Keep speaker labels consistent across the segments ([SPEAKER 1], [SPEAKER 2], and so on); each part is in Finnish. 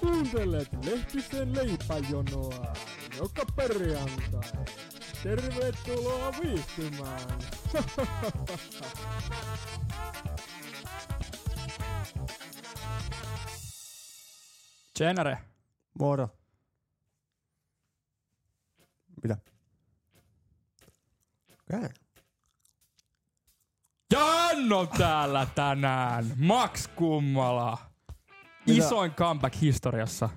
[SPEAKER 1] Kuuntelet Lehtisen leipäjonoa joka perjantai. Tervetuloa viihtymään!
[SPEAKER 2] Tjenare!
[SPEAKER 3] Moro. Mitä? Kään.
[SPEAKER 2] Jan on täällä tänään! Max Kummala!
[SPEAKER 3] Mitä?
[SPEAKER 2] Isoin comeback historiassa.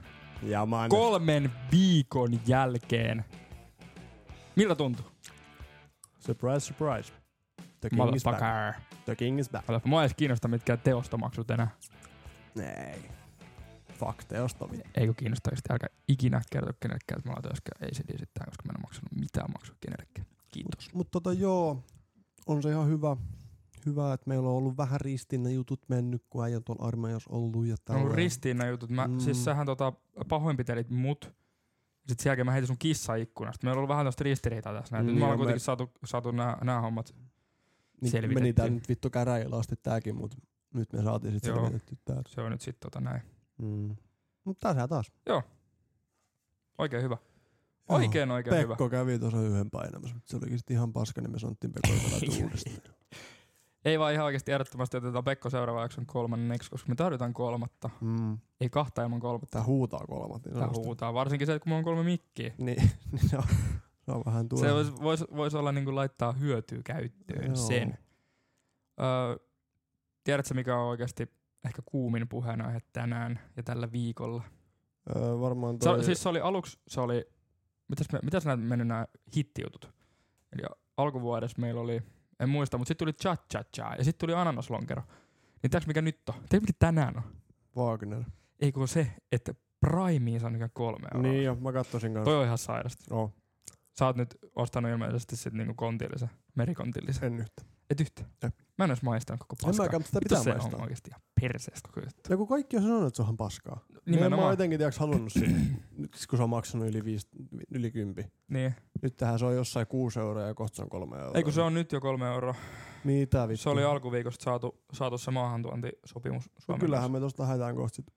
[SPEAKER 3] Jaman.
[SPEAKER 2] Kolmen viikon jälkeen. Miltä tuntuu?
[SPEAKER 3] surprise, surprise. The king is back.
[SPEAKER 2] Motherfucker.
[SPEAKER 3] The king is back.
[SPEAKER 2] Oletpa, mua ei edes kiinnosta mitkään teostomaksut enää.
[SPEAKER 3] Ei. Fuck, teosta mit.
[SPEAKER 2] Eikö kiinnosta just älkää ikinä kertoa kenellekään, että mä oon teoskään ei se diisittää, koska mä en oo maksanut mitään maksua kenellekään. Kiitos.
[SPEAKER 3] Mut tota joo, on se ihan hyvä. Hyvä, että meillä on ollut vähän ristin ne jutut mennyt, kun äijä on tuolla armeijassa ollut ja
[SPEAKER 2] Tälleen.
[SPEAKER 3] tällä.
[SPEAKER 2] No ristiin nämä jutut. Mä, mm.
[SPEAKER 3] Mm.
[SPEAKER 2] Siis sähän tota, pahoinpitelit mut. Sitten sen jälkeen mä heitin sun kissa ikkunasta. Meillä on ollut vähän tästä ristiriitaa tässä. Näin. Nyt
[SPEAKER 3] Mm,
[SPEAKER 2] me
[SPEAKER 3] joo, me-
[SPEAKER 2] ollaan kuitenkin saatu, saatu nämä, nämä hommat.
[SPEAKER 3] niin,
[SPEAKER 2] selvitetty.
[SPEAKER 3] meni tää nyt vittu käräjillä asti tääkin, mut nyt me saatiin sit
[SPEAKER 2] Joo.
[SPEAKER 3] selvitetty tää.
[SPEAKER 2] Se on nyt sitten tota näin.
[SPEAKER 3] Mm. Mut tässä taas.
[SPEAKER 2] Oikein hyvä.
[SPEAKER 3] Joo.
[SPEAKER 2] Oikein oikein hyvä.
[SPEAKER 3] Pekko kävi tuossa yhden painamassa, mutta se olikin sitten ihan paska, niin me sanottiin Pekko uudestaan.
[SPEAKER 2] Ei vaan ihan oikeasti ehdottomasti otetaan Pekko seuraava jakson kolmanneksi, koska me tarvitaan kolmatta.
[SPEAKER 3] Mm.
[SPEAKER 2] Ei kahta ilman kolmatta.
[SPEAKER 3] Tää huutaa kolmat. Niin
[SPEAKER 2] Tää huutaa. Varsinkin se, että kun mulla on kolme mikkiä.
[SPEAKER 3] Niin, niin se, on, se on vähän tuo.
[SPEAKER 2] Se voisi vois, vois olla niinku laittaa hyötyä käyttöön Joo. sen. Öö, tiedätkö, mikä on oikeasti ehkä kuumin puheenaihe tänään ja tällä viikolla?
[SPEAKER 3] Öö, varmaan
[SPEAKER 2] Se,
[SPEAKER 3] toi...
[SPEAKER 2] oli- siis se oli aluksi, se oli, mitäs, me, mitäs näitä mennyt nämä hittijutut? Eli alkuvuodessa meillä oli, en muista, mutta sitten tuli cha cha cha ja sitten tuli ananaslonkero. Niin tiedätkö mikä nyt on? Tiedätkö mikä tänään on?
[SPEAKER 3] Wagner.
[SPEAKER 2] Ei kun se, että Primeen saa nykyään kolme euroa.
[SPEAKER 3] Niin jo, mä kattosin kanssa.
[SPEAKER 2] Toi on ihan sairasta.
[SPEAKER 3] Oh,
[SPEAKER 2] Sä oot nyt ostanut ilmeisesti sit niinku kontillisen, merikontillisen.
[SPEAKER 3] en yhtä.
[SPEAKER 2] Et yhtä.
[SPEAKER 3] Jep.
[SPEAKER 2] Mä en edes maistanut koko
[SPEAKER 3] En
[SPEAKER 2] paskaa.
[SPEAKER 3] mäkään, mutta sitä
[SPEAKER 2] Mitä
[SPEAKER 3] pitää
[SPEAKER 2] se on
[SPEAKER 3] maistaa.
[SPEAKER 2] oikeesti ihan perseestä koko juttu.
[SPEAKER 3] Ja kun kaikki on sanonut, että se onhan paskaa. Niin mä oon
[SPEAKER 2] Nimenomaan.
[SPEAKER 3] jotenkin tiiäks, halunnut sitä, nyt kun se on maksanut yli, viis, yli kympi.
[SPEAKER 2] Niin.
[SPEAKER 3] Nyt tähän se on jossain kuusi euroa ja kohta se on kolme euroa.
[SPEAKER 2] Ei kun se on nyt jo kolme euroa.
[SPEAKER 3] Mitä vittu?
[SPEAKER 2] Se oli alkuviikosta saatu, saatu se maahantuontisopimus
[SPEAKER 3] No
[SPEAKER 2] Suomen
[SPEAKER 3] kyllähän me tosta haetaan kohta sit.
[SPEAKER 2] Ei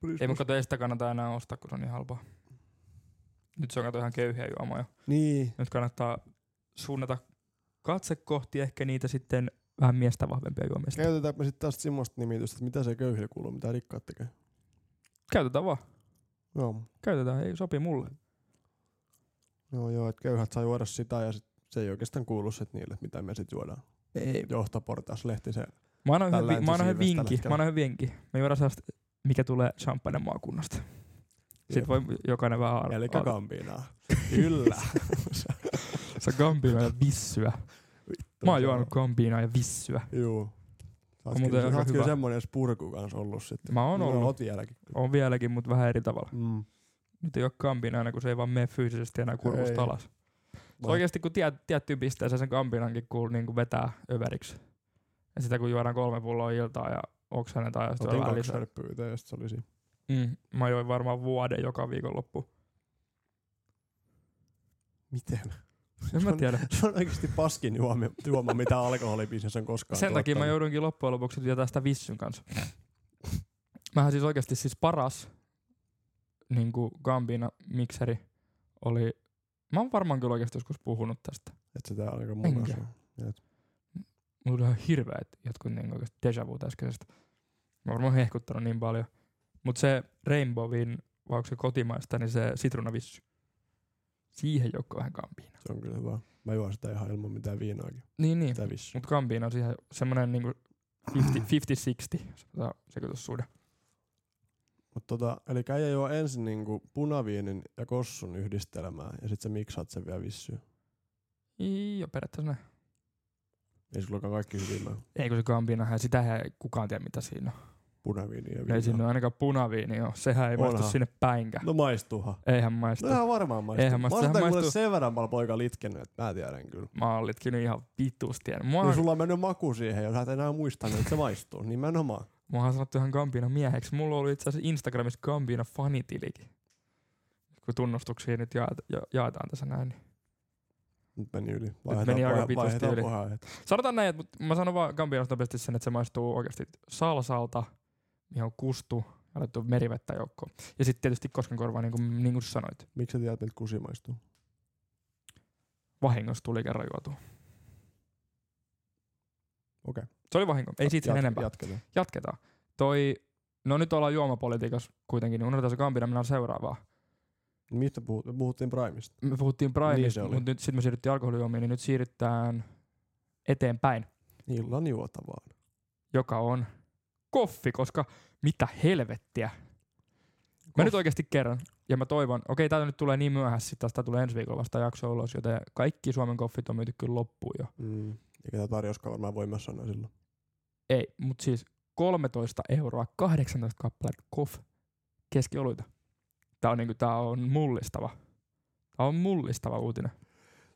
[SPEAKER 3] Prismas.
[SPEAKER 2] mutta kato, ei sitä kannata enää ostaa, kun se on niin halpaa. Nyt se on kato ihan köyhiä juomoja.
[SPEAKER 3] Niin,
[SPEAKER 2] Nyt kannattaa suunnata katse kohti ehkä niitä sitten vähän miestä vahvempia juomia. Käy-
[SPEAKER 3] käytetäänkö me sitten taas semmoista nimitystä, että mitä se köyhille kuuluu, mitä rikkaat tekee.
[SPEAKER 2] Käytetään vaan.
[SPEAKER 3] Joo,
[SPEAKER 2] Käytetään, ei sopii mulle.
[SPEAKER 3] joo, joo että köyhät saa juoda sitä ja sit se ei oikeastaan kuulu sit niille, että mitä me sitten juodaan.
[SPEAKER 2] Ei.
[SPEAKER 3] johtoportaas lehtiseen.
[SPEAKER 2] Mä annan yhden, vi-
[SPEAKER 3] Tällä
[SPEAKER 2] mä annan yhden
[SPEAKER 3] läntisiivestä
[SPEAKER 2] vinkin.
[SPEAKER 3] lähtee.
[SPEAKER 2] Mä annan yhden vinkin. Me juodaan sellaista, mikä tulee champagne maakunnasta. Sitten
[SPEAKER 3] Jep.
[SPEAKER 2] voi jokainen vähän arvata.
[SPEAKER 3] Eli kampinaa. Kyllä.
[SPEAKER 2] Se on gambinoa ja vissyä. Mä oon juonut gambinoa ja vissyä.
[SPEAKER 3] Joo. Sä oot
[SPEAKER 2] On muuten
[SPEAKER 3] kyllä-
[SPEAKER 2] aika
[SPEAKER 3] sä oot kyllä
[SPEAKER 2] hyvä.
[SPEAKER 3] semmonen spurku kanssa ollut sitten.
[SPEAKER 2] Mä oon ollut.
[SPEAKER 3] Oot vieläkin.
[SPEAKER 2] On vieläkin, mutta vähän eri tavalla.
[SPEAKER 3] Mm.
[SPEAKER 2] Nyt ei ole kampina aina, kun se ei vaan mene fyysisesti enää kurkusta
[SPEAKER 3] Ei.
[SPEAKER 2] alas. Vai. Oikeasti kun tiet, tiettyyn pisteeseen sen kampinankin kuul, niin kuin vetää överiksi. Ja sitä kun juodaan kolme pulloa iltaa ja oksennetaan ja sitten
[SPEAKER 3] Otin
[SPEAKER 2] vähän
[SPEAKER 3] kaksi
[SPEAKER 2] lisää.
[SPEAKER 3] särppyytä ja sit se oli siinä.
[SPEAKER 2] Mm, mä join varmaan vuoden joka viikonloppu.
[SPEAKER 3] Miten?
[SPEAKER 2] En mä tiedä.
[SPEAKER 3] Se on oikeesti paskin juoma, juoma mitä alkoholibisnes on koskaan
[SPEAKER 2] Sen takia mä
[SPEAKER 3] tuottanut.
[SPEAKER 2] joudunkin loppujen lopuksi vietämään sitä vissyn kanssa. Mähän siis oikeasti siis paras niin kuin Gambina mikseri oli... Mä oon varmaan kyllä oikeasti joskus puhunut tästä.
[SPEAKER 3] Et sitä on aika
[SPEAKER 2] Enkä.
[SPEAKER 3] mukaan.
[SPEAKER 2] Mulla on hirveät jotkut niin oikeasti deja vu äskeisestä. Mä oon varmaan hehkuttanut niin paljon. Mutta se Rainbowin, vai onko se kotimaista, niin se sitruunavissy. Siihen joukkoon vähän kampiina.
[SPEAKER 3] Se on kyllä hyvä. Mä juon sitä ihan ilman mitään viinaakin.
[SPEAKER 2] Niin, niin.
[SPEAKER 3] Sitä vissu.
[SPEAKER 2] Mutta kampiina on siihen semmoinen niinku 50-60 sanotaan, sekoitussuhde.
[SPEAKER 3] Mut tota, eli äijä juo ensin niinku punaviinin ja kossun yhdistelmää ja sit sä miksaat sen vielä vissyyn.
[SPEAKER 2] Ii, Ja periaatteessa näin.
[SPEAKER 3] Ei sullakaan kaikki hyvin mene.
[SPEAKER 2] Ei kun se kampiinahan, sitähän ei kukaan tiedä mitä siinä on.
[SPEAKER 3] punaviini ja
[SPEAKER 2] Ei siinä
[SPEAKER 3] viinaa.
[SPEAKER 2] ole ainakaan punaviini ole. Sehän ei maistu
[SPEAKER 3] Onhan.
[SPEAKER 2] sinne päinkään.
[SPEAKER 3] No maistuuhan.
[SPEAKER 2] Eihän maistu.
[SPEAKER 3] No ihan varmaan maistuu.
[SPEAKER 2] Eihän maistu,
[SPEAKER 3] Mä
[SPEAKER 2] sehän
[SPEAKER 3] oon sitä
[SPEAKER 2] maistuu.
[SPEAKER 3] kuule sen verran paljon poika litkenyt, että mä tiedän kyllä.
[SPEAKER 2] Mä oon litkinyt ihan vitusti. Mua,
[SPEAKER 3] Niin
[SPEAKER 2] on-
[SPEAKER 3] sulla on mennyt maku siihen, jos sä et enää muistanut, että se maistuu. Nimenomaan.
[SPEAKER 2] Mua on sanottu ihan Gambina mieheksi. Mulla oli itse asiassa Instagramissa Gambina fanitilikin. Kun tunnustuksia nyt jaet, ja, jaetaan tässä näin. niin.
[SPEAKER 3] Nyt meni yli.
[SPEAKER 2] meni aika
[SPEAKER 3] puhe-
[SPEAKER 2] vitusti
[SPEAKER 3] vaihdetaan
[SPEAKER 2] yli.
[SPEAKER 3] puheenaiheita.
[SPEAKER 2] Sanotaan näin, että mä sanon vaan Gambinasta nopeasti sen, että se maistuu oikeasti salsalta, mihin on kustu, alettu merivettä joukkoon. Ja sitten tietysti koskenkorva, niin kuin, niin kuin sanoit,
[SPEAKER 3] Miksi sä tiedät, miltä kusi maistuu?
[SPEAKER 2] vahingossa tuli kerran juotua.
[SPEAKER 3] Okei.
[SPEAKER 2] Se oli vahinko. Ei siitä sen
[SPEAKER 3] Jat-
[SPEAKER 2] enempää.
[SPEAKER 3] Jatketaan.
[SPEAKER 2] Jatketaan. Toi, no nyt ollaan juomapolitiikassa kuitenkin, niin unohdetaan se kampina, mennään seuraavaan.
[SPEAKER 3] Mistä puhut? Me puhuttiin Primesta.
[SPEAKER 2] Me puhuttiin
[SPEAKER 3] Niin
[SPEAKER 2] Primesta,
[SPEAKER 3] se oli.
[SPEAKER 2] mutta nyt sitten me siirryttiin alkoholijuomiin, niin nyt siirrytään eteenpäin,
[SPEAKER 3] Illan juotavaan.
[SPEAKER 2] joka on koffi, koska mitä helvettiä. Mä nyt oikeasti kerron, ja mä toivon, okei tää nyt tulee niin myöhässä, sit taas tää tulee ensi viikolla vasta jakso ulos, joten kaikki Suomen koffit on myyty kyllä loppuun jo.
[SPEAKER 3] Mm. Eikä tämä tarjouskaan varmaan voimassa enää silloin.
[SPEAKER 2] Ei, mutta siis 13 euroa 18 kappaletta kof keskioluita. Tää on, niinku, tää on mullistava. Tää on mullistava uutinen.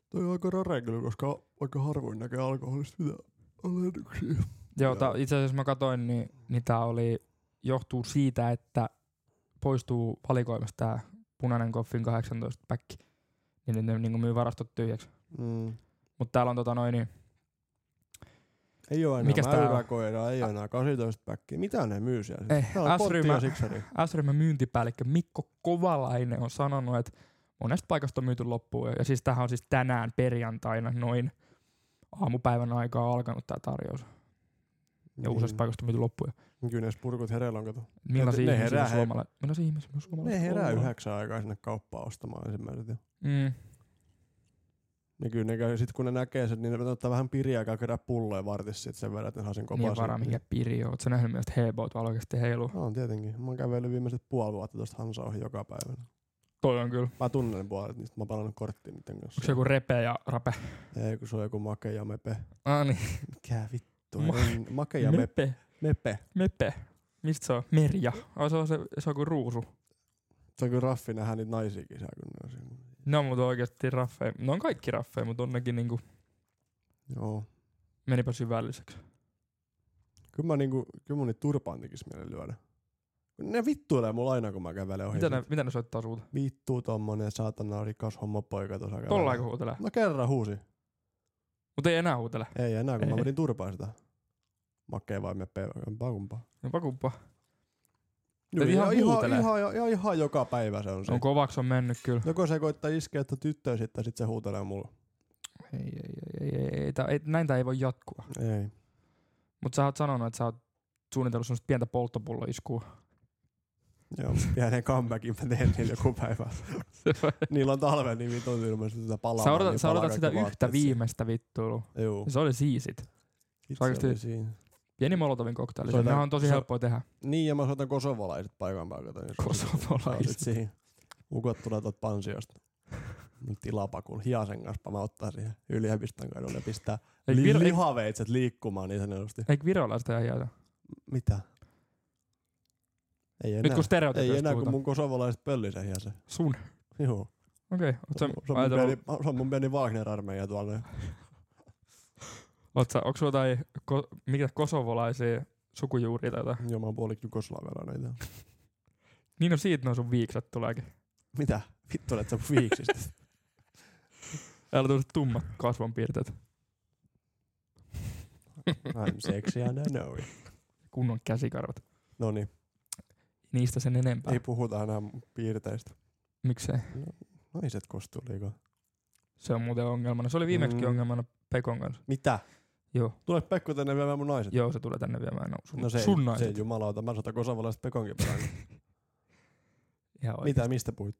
[SPEAKER 3] Toi on aika rare kyllä, koska aika harvoin näkee alkoholista mitään alennuksia.
[SPEAKER 2] Joo,
[SPEAKER 3] Joo.
[SPEAKER 2] Tää, itse asiassa mä katsoin, niin, niin tää oli, johtuu siitä, että poistuu valikoimasta tää punainen koffin 18 päkki. Niin ne niinku myy varastot tyhjäksi.
[SPEAKER 3] Mm.
[SPEAKER 2] Mutta täällä on tota noin, niin,
[SPEAKER 3] Ei oo enää
[SPEAKER 2] Mikäs
[SPEAKER 3] Mikäs
[SPEAKER 2] tää on?
[SPEAKER 3] mäyräkoiraa, ei oo enää 18 päkkiä. Mitä ne myy siellä?
[SPEAKER 2] Eh,
[SPEAKER 3] Tää on potti
[SPEAKER 2] S-ryhmä.
[SPEAKER 3] ja siksari.
[SPEAKER 2] S-ryhmän myyntipäällikkö Mikko Kovalainen on sanonut, että monesta paikasta on myyty loppuun. jo. Ja siis tähän on siis tänään perjantaina noin aamupäivän aikaa alkanut tämä tarjous. Ja niin. useista paikasta on myyty loppuun. jo.
[SPEAKER 3] Kyllä ne spurkut Mm. hereillä on, kato.
[SPEAKER 2] Millaisia
[SPEAKER 3] Ne
[SPEAKER 2] ihmisiä
[SPEAKER 3] herää, hei.
[SPEAKER 2] suomala- Millaisia ihmisiä me suomalaiset
[SPEAKER 3] Ne herää
[SPEAKER 2] ollaan?
[SPEAKER 3] yhdeksän aikaa sinne kauppaan ostamaan ensimmäiset. jo.
[SPEAKER 2] Mm.
[SPEAKER 3] Ja kyllä ne käy, sit kun ne näkee sen, niin ne pitää ottaa vähän piriä ja kerää pulloja vartissa sit sen verran, että ne saa sen kopan.
[SPEAKER 2] Niin vara, mikä piri on. Oletko nähnyt myös heboot vaan oikeasti heiluu?
[SPEAKER 3] No, on tietenkin. Mä oon kävellyt viimeiset puoli vuotta tuosta Hansa ohi joka päivä.
[SPEAKER 2] Toi on kyllä.
[SPEAKER 3] Mä tunnen ne puolet niistä, mä oon pelannut korttia niiden kanssa.
[SPEAKER 2] Onko se joku repe ja rape?
[SPEAKER 3] Ei, kun se on joku make ja mepe.
[SPEAKER 2] Ah niin,
[SPEAKER 3] Mikä vittu?
[SPEAKER 2] Ma-
[SPEAKER 3] en- Make ja mepe.
[SPEAKER 2] mepe.
[SPEAKER 3] mepe.
[SPEAKER 2] Mepe. Mistä se on? Merja. Oh, se on se, se on kuin ruusu.
[SPEAKER 3] Se on kyllä raffi nähdä niitä naisia kisää, kun ne on siinä.
[SPEAKER 2] Ne on mutta oikeasti raffeja. Ne on kaikki raffeja, mutta on nekin niinku
[SPEAKER 3] Joo.
[SPEAKER 2] menipä syvälliseksi.
[SPEAKER 3] Kyllä mä niinku, kyllä mun niitä turpaan tekis mieli lyödä. Kun Ne vittuilee mulla aina, kun mä kävelen ohi.
[SPEAKER 2] Mitä ne,
[SPEAKER 3] siitä.
[SPEAKER 2] mitä ne soittaa sulta?
[SPEAKER 3] Vittu tommonen saatana rikas hommapoika tuossa kävelee.
[SPEAKER 2] Tolla aika huutelee.
[SPEAKER 3] No kerran huusi.
[SPEAKER 2] Mutta ei enää huutele.
[SPEAKER 3] Ei enää, kun
[SPEAKER 2] Ei.
[SPEAKER 3] mä vedin turpaan sitä. Makee vai mepe, kumpaa kumpaa.
[SPEAKER 2] No pakuppa.
[SPEAKER 3] Joo,
[SPEAKER 2] ihan
[SPEAKER 3] ja ihan,
[SPEAKER 2] huutelee.
[SPEAKER 3] ihan, ihan, ihan, joka päivä se on se.
[SPEAKER 2] On kovaksi on mennyt kyllä.
[SPEAKER 3] Joko se koittaa iskeä, että tyttöä sitten, sit se huutelee mulle.
[SPEAKER 2] Ei, ei, ei, ei, ei, ei, tää- ei näin tää ei voi jatkua.
[SPEAKER 3] Ei.
[SPEAKER 2] Mutta sä oot sanonut, että sä oot suunnitellut semmoista pientä polttopulloiskua.
[SPEAKER 3] Joo, pienen comebackin mä teen niillä joku päivä. Niillä on talven nimi on ilmeisesti tätä palaa.
[SPEAKER 2] sä odotat, sä odotat sitä yhtä viimeistä vittuilua.
[SPEAKER 3] Joo.
[SPEAKER 2] Se oli siisit.
[SPEAKER 3] Itse
[SPEAKER 2] oikeesti-
[SPEAKER 3] oli siinä.
[SPEAKER 2] Pieni Molotovin koktaili.
[SPEAKER 3] Soitan-
[SPEAKER 2] Nämä on tosi
[SPEAKER 3] so-
[SPEAKER 2] helppoa tehdä.
[SPEAKER 3] Niin, ja mä soitan kosovalaiset paikan päältä. Niin se- sä otit
[SPEAKER 2] Kosovolaiset.
[SPEAKER 3] siihen. Ukot tulee tuot pansiosta. Nyt tilapakun hiasen kanssa mä ottaa siihen yliopiston kadulle ja pistää
[SPEAKER 2] Eikö
[SPEAKER 3] li-
[SPEAKER 2] vir- eik,
[SPEAKER 3] lihaveitset liikkumaan niin sanotusti.
[SPEAKER 2] eik virolaista ihan jäätä?
[SPEAKER 3] Mitä? Ei enää.
[SPEAKER 2] Nyt kun
[SPEAKER 3] ei
[SPEAKER 2] stereotypioista
[SPEAKER 3] enää, kun
[SPEAKER 2] puhutaan.
[SPEAKER 3] mun kosovalaiset pölli sen hiasen.
[SPEAKER 2] Sun.
[SPEAKER 3] Joo.
[SPEAKER 2] Okei. Okay. Oot sä
[SPEAKER 3] se, on mun
[SPEAKER 2] ajatellut,
[SPEAKER 3] pieni, se on mun pieni Wagner-armeija tuolla.
[SPEAKER 2] oot sä, onks sulla jotain, ko, mikä kosovolaisia sukujuuria tai jotain?
[SPEAKER 3] Joo, mä oon puoliksi jugoslaavelainen. itse.
[SPEAKER 2] Niin on siitä noin sun viiksat tuleekin.
[SPEAKER 3] Mitä? Vittu, olet sä mun viiksistä.
[SPEAKER 2] Älä tule tummat kasvonpiirteet.
[SPEAKER 3] I'm sexy and I know it.
[SPEAKER 2] Kunnon käsikarvat.
[SPEAKER 3] Noniin,
[SPEAKER 2] Niistä sen
[SPEAKER 3] No
[SPEAKER 2] enempää.
[SPEAKER 3] niin, ei puhuta enää piirteistä.
[SPEAKER 2] Miksei?
[SPEAKER 3] Naiset kostuu liikaa.
[SPEAKER 2] Se on muuten ongelmana. Se oli viimeksi
[SPEAKER 3] Mm.
[SPEAKER 2] ongelmana Pekon kanssa.
[SPEAKER 3] Mitä?
[SPEAKER 2] Joo.
[SPEAKER 3] Tule Pekko tänne viemään mun naiset.
[SPEAKER 2] Joo, se tulee tänne viemään. No, sun,
[SPEAKER 3] No se,
[SPEAKER 2] sun
[SPEAKER 3] se
[SPEAKER 2] naiset.
[SPEAKER 3] jumalauta, mä soitan kosavalaiset Pekonkin perään.
[SPEAKER 2] Ihan oikein.
[SPEAKER 3] Mitä, mistä puhuit?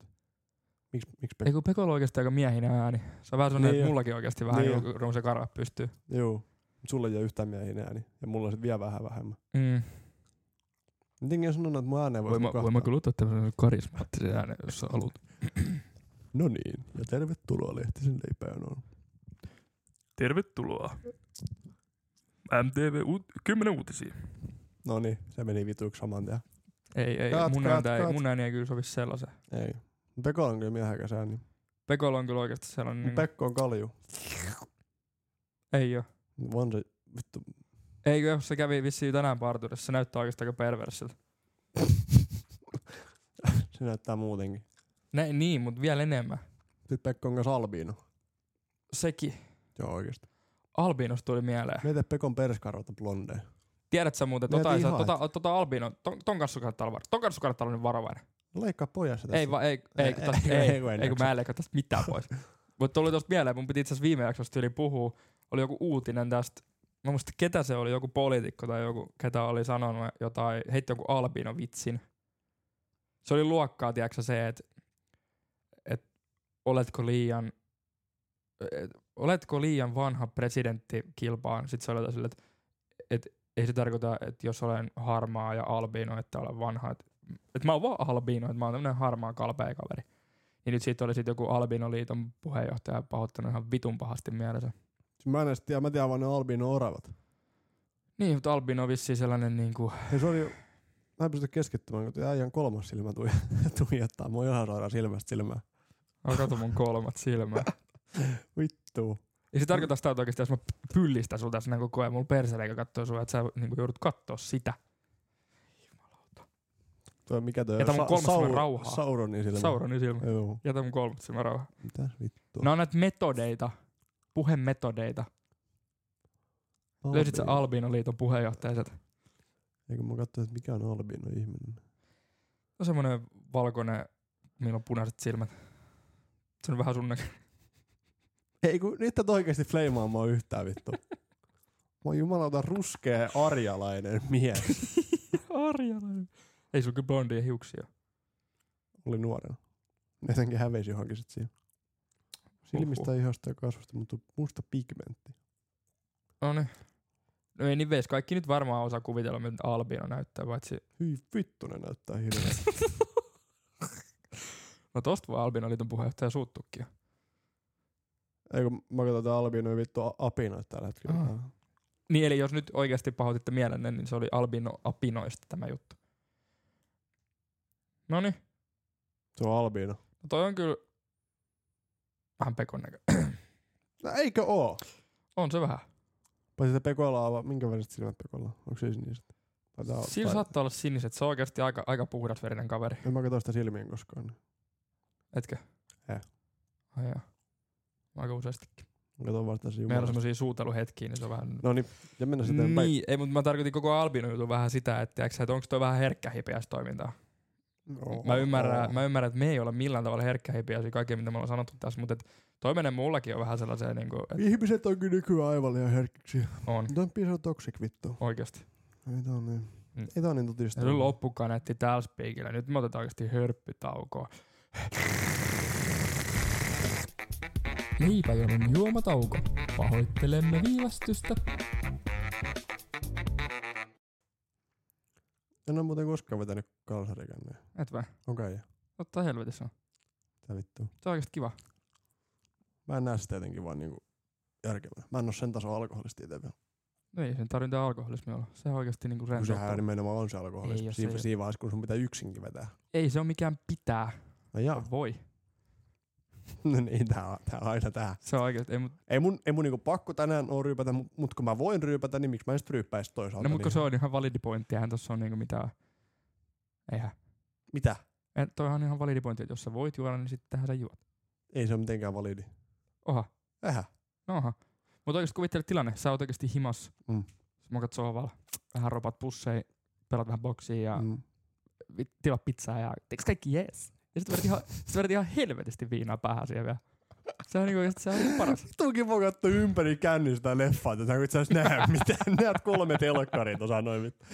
[SPEAKER 3] Miks, miksi
[SPEAKER 2] Ei
[SPEAKER 3] Pekko?
[SPEAKER 2] kun Pekolla on oikeasti aika miehinen ääni. Se on vähän sellainen,
[SPEAKER 3] Niin
[SPEAKER 2] että
[SPEAKER 3] jo.
[SPEAKER 2] mullakin oikeasti vähän
[SPEAKER 3] Niin
[SPEAKER 2] niin se karva pystyy.
[SPEAKER 3] Joo. Mut Sulla ei ole yhtään miehen ääni. Ja mulla on sit vielä vähän vähemmän.
[SPEAKER 2] Mm.
[SPEAKER 3] Mitenkin on sanonut, että mun ääneen voisi
[SPEAKER 2] Voin, mä,
[SPEAKER 3] nukahtaa?
[SPEAKER 2] voin mä kyllä ottaa tämmöisen karismaattisen äänen, jos sä haluat.
[SPEAKER 3] No niin, ja tervetuloa Lehtisen leipäjonoon.
[SPEAKER 2] Tervetuloa. MTV 10 uutisia.
[SPEAKER 3] No niin, se meni vituiksi saman tien.
[SPEAKER 2] Ei, ei,
[SPEAKER 3] Kat,
[SPEAKER 2] mun,
[SPEAKER 3] kat,
[SPEAKER 2] ääntä ei
[SPEAKER 3] kat.
[SPEAKER 2] mun ääni ei kyllä sovi sellaiseen.
[SPEAKER 3] Ei. Pekko on kyllä miehekäs ääni.
[SPEAKER 2] Pekolla on kyllä oikeasti sellainen...
[SPEAKER 3] Mm.
[SPEAKER 2] Niin,
[SPEAKER 3] Pekko on kalju.
[SPEAKER 2] ei oo.
[SPEAKER 3] On se, vittu.
[SPEAKER 2] Eikö, jos se kävi vissiin tänään parturissa, se näyttää oikeastaan aika perversiltä.
[SPEAKER 3] se näyttää muutenkin.
[SPEAKER 2] Näin, niin, mutta vielä enemmän.
[SPEAKER 3] Sitten Pekko on kanssa albiino.
[SPEAKER 2] Sekin.
[SPEAKER 3] Joo oikeesti.
[SPEAKER 2] Albinos tuli mieleen.
[SPEAKER 3] Mieti Pekon perskarvata blondeja.
[SPEAKER 2] Tiedät sä muuten,
[SPEAKER 3] Mietin
[SPEAKER 2] tota, ei saa-
[SPEAKER 3] ihan,
[SPEAKER 2] tota, tota Albino, ton, ton kanssa kannattaa olla, varo- ton kanssa kannattaa olla nyt varovainen.
[SPEAKER 3] Leikkaa pojas se tässä.
[SPEAKER 2] Ei, va, ei, ei, kun
[SPEAKER 3] Ei,
[SPEAKER 2] tästä-
[SPEAKER 3] ei,
[SPEAKER 2] ei,
[SPEAKER 3] ei, kun en
[SPEAKER 2] ei, kun
[SPEAKER 3] jaksa.
[SPEAKER 2] mä en leikkaa tästä mitään pois. Mutta tuli tuosta mieleen, mun piti itse asiassa viime jaksossa yli puhua, oli joku uutinen tästä, mä muistan ketä se oli, joku poliitikko tai joku, ketä oli sanonut jotain, heitti jonkun albino vitsin. Se oli luokkaa, tiedätkö sä, se, että et, oletko liian et, oletko liian vanha presidentti kilpaan. Sitten se oli jotain silleen, että et, ei se tarkoita, että jos olen harmaa ja albino, että olen vanha. Että et mä oon vaan albino, että mä oon tämmönen harmaa kalpea kaveri. Ja nyt siitä oli sitten joku Albinoliiton puheenjohtaja pahoittanut ihan vitun pahasti mielensä.
[SPEAKER 3] Mä en edes tiedä, mä tiedän vaan ne albino oravat.
[SPEAKER 2] Niin, mutta Albino on vissiin sellainen niinku...
[SPEAKER 3] Hei, sori, mä en pysty keskittymään, kun tuo äijän kolmas silmä tuij- tuijottaa. Mua ihan saadaan silmästä silmään.
[SPEAKER 2] On kato mun kolmat silmät.
[SPEAKER 3] Vittu.
[SPEAKER 2] Ja se tarkoittaa sitä, että oikeasti jos mä pyllistän sulta tässä näin koko ajan, mulla persereikä kattoo sua, että sä niinku joudut kattoo sitä.
[SPEAKER 3] Tuo mikä toi?
[SPEAKER 2] Jätä mun
[SPEAKER 3] Sa-
[SPEAKER 2] kolmas
[SPEAKER 3] Sau-
[SPEAKER 2] silmä rauhaan.
[SPEAKER 3] Sauronin silmä.
[SPEAKER 2] Sauroni silmä.
[SPEAKER 3] Joo.
[SPEAKER 2] Jätä mun kolmat silmä rauhaan.
[SPEAKER 3] Mitä vittua?
[SPEAKER 2] Nämä on näitä metodeita, puhemetodeita.
[SPEAKER 3] Albino.
[SPEAKER 2] Löysit sä Albinoliiton puheenjohtajan sieltä?
[SPEAKER 3] Eikö mä katsoin, että mikä on albino ihminen?
[SPEAKER 2] No semmonen valkoinen, millä on punaiset silmät. Se on vähän sun näkö.
[SPEAKER 3] Ei kun nyt et oikeesti fleimaa mua yhtään vittu. Mä oon jumalauta ruskea arjalainen mies.
[SPEAKER 2] Arjalainen. Ei sulla kyllä blondia hiuksia.
[SPEAKER 3] Oli nuorena. Jotenkin hävesi johonkin sit siinä.
[SPEAKER 2] Uhuh.
[SPEAKER 3] Silmistä, ihosta ja kasvusta muuttuu musta pigmentti.
[SPEAKER 2] No niin. No ei niin veis, kaikki nyt varmaan osaa kuvitella, miltä Albino näyttää, paitsi...
[SPEAKER 3] Hyi vittu ne näyttää hirveän.
[SPEAKER 2] No tosta voi Albinoliiton puheenjohtaja suuttukin. jo.
[SPEAKER 3] Eikö mä katsoin tää albinoja vittu a- apinoita tällä hetkellä.
[SPEAKER 2] Ah.
[SPEAKER 3] Ah.
[SPEAKER 2] Niin eli jos nyt oikeasti pahoititte mielenne, niin se oli Albino Apinoista tämä juttu. No niin,
[SPEAKER 3] Se on albino.
[SPEAKER 2] no toi on kyllä vähän pekon näkö.
[SPEAKER 3] No eikö oo?
[SPEAKER 2] On se vähän.
[SPEAKER 3] Paitsi että pekoilla on, vaan- minkä väriset silmät pekoilla on? Onko se siis siniset? Tai tää on-
[SPEAKER 2] Sillä
[SPEAKER 3] tai-
[SPEAKER 2] saattaa olla siniset, se on oikeasti aika, aika puhdasverinen kaveri.
[SPEAKER 3] En mä katso sitä silmiin koskaan.
[SPEAKER 2] Etkö?
[SPEAKER 3] Eh.
[SPEAKER 2] Ai jaa. Aika useastikin.
[SPEAKER 3] Mä katson vaan sitä
[SPEAKER 2] Meillä on
[SPEAKER 3] jumalasta.
[SPEAKER 2] semmoisia suuteluhetkiä, niin se on vähän...
[SPEAKER 3] No niin, ja mennään sitten
[SPEAKER 2] Niin,
[SPEAKER 3] eteenpäin.
[SPEAKER 2] ei, mutta mä tarkoitin koko albino jutun vähän sitä, että, tiiäksä, että onko toi vähän herkkähipiäistä toimintaa.
[SPEAKER 3] No,
[SPEAKER 2] mä, ymmärrän,
[SPEAKER 3] no.
[SPEAKER 2] mä ymmärrän, että me ei olla millään tavalla herkkähipiäisiä kaikkea, mitä me ollaan sanottu tässä, mutta et, toi menee mullakin on vähän sellaiseen, niin kuin, että
[SPEAKER 3] Ihmiset on kyllä nykyään aivan liian herkkiksi.
[SPEAKER 2] on
[SPEAKER 3] Tämä on piso toksik vittu.
[SPEAKER 2] oikeasti.
[SPEAKER 3] Ei tää on niin.
[SPEAKER 2] Mm.
[SPEAKER 3] Ei tää on niin tutista.
[SPEAKER 2] Ja nyt loppukaneetti täällä spiikillä. Nyt me otetaan oikeasti hörppytaukoa. Leipäjonon niin juomatauko. Pahoittelemme viivästystä.
[SPEAKER 3] En oo muuten koskaan vetänyt kalsarikänneä.
[SPEAKER 2] Et vai?
[SPEAKER 3] Okei, okay,
[SPEAKER 2] Totta helvetissä on.
[SPEAKER 3] tää vittu.
[SPEAKER 2] Se on oikeasti kiva.
[SPEAKER 3] Mä en näe sitä jotenkin vaan niinku järkevää. Mä en oo sen taso alkoholista itse vielä.
[SPEAKER 2] No ei sen tarvitse alkoholismi olla. Se on oikeasti niinku
[SPEAKER 3] Kun
[SPEAKER 2] rentouttaa.
[SPEAKER 3] sehän nimenomaan on se
[SPEAKER 2] Ei,
[SPEAKER 3] alkoholismi.
[SPEAKER 2] jos
[SPEAKER 3] Siinä,
[SPEAKER 2] ei-
[SPEAKER 3] siinä vaiheessa, kun sun pitää yksinkin vetää.
[SPEAKER 2] Ei se ole mikään pitää.
[SPEAKER 3] No jaa.
[SPEAKER 2] Voi.
[SPEAKER 3] no niin, tää on, tää on aina tää.
[SPEAKER 2] Se on oikeasti. Ei, mut,
[SPEAKER 3] Ei mun, ei mun niinku pakko tänään oo ryypätä, mut, mut kun mä voin ryypätä, niin miksi mä en sit ryyppäis toisaalta?
[SPEAKER 2] no mutta
[SPEAKER 3] niin-
[SPEAKER 2] se on ihan validi pointti. Eihän tossa on niinku mitään. Eihän.
[SPEAKER 3] Mitä?
[SPEAKER 2] En, toi on ihan validi pointti, että jos sä voit juoda, niin sittenhän sä juot.
[SPEAKER 3] Ei se ole mitenkään validi.
[SPEAKER 2] Oha.
[SPEAKER 3] Ähä.
[SPEAKER 2] No Oha. Mutta oikeasti kuvittele tilanne. Sä oot oikeasti himas.
[SPEAKER 3] Mm.
[SPEAKER 2] Sä mokat sohvalla. Vähän ropat pussei. Pelaat vähän boksia ja
[SPEAKER 3] Mm.
[SPEAKER 2] mm. tila pizzaa ja teiks kaikki jees. Ja sit vedät ihan, sit vedät ihan helvetisti viinaa päähän siihen vielä. Se on niinku oikeesti se on niinku paras.
[SPEAKER 3] Tuukin voi katsoa ympäri kännistä leffaa, että kun itse asiassa näe mitään. Näet kolme telkkaria tuossa noin vittu.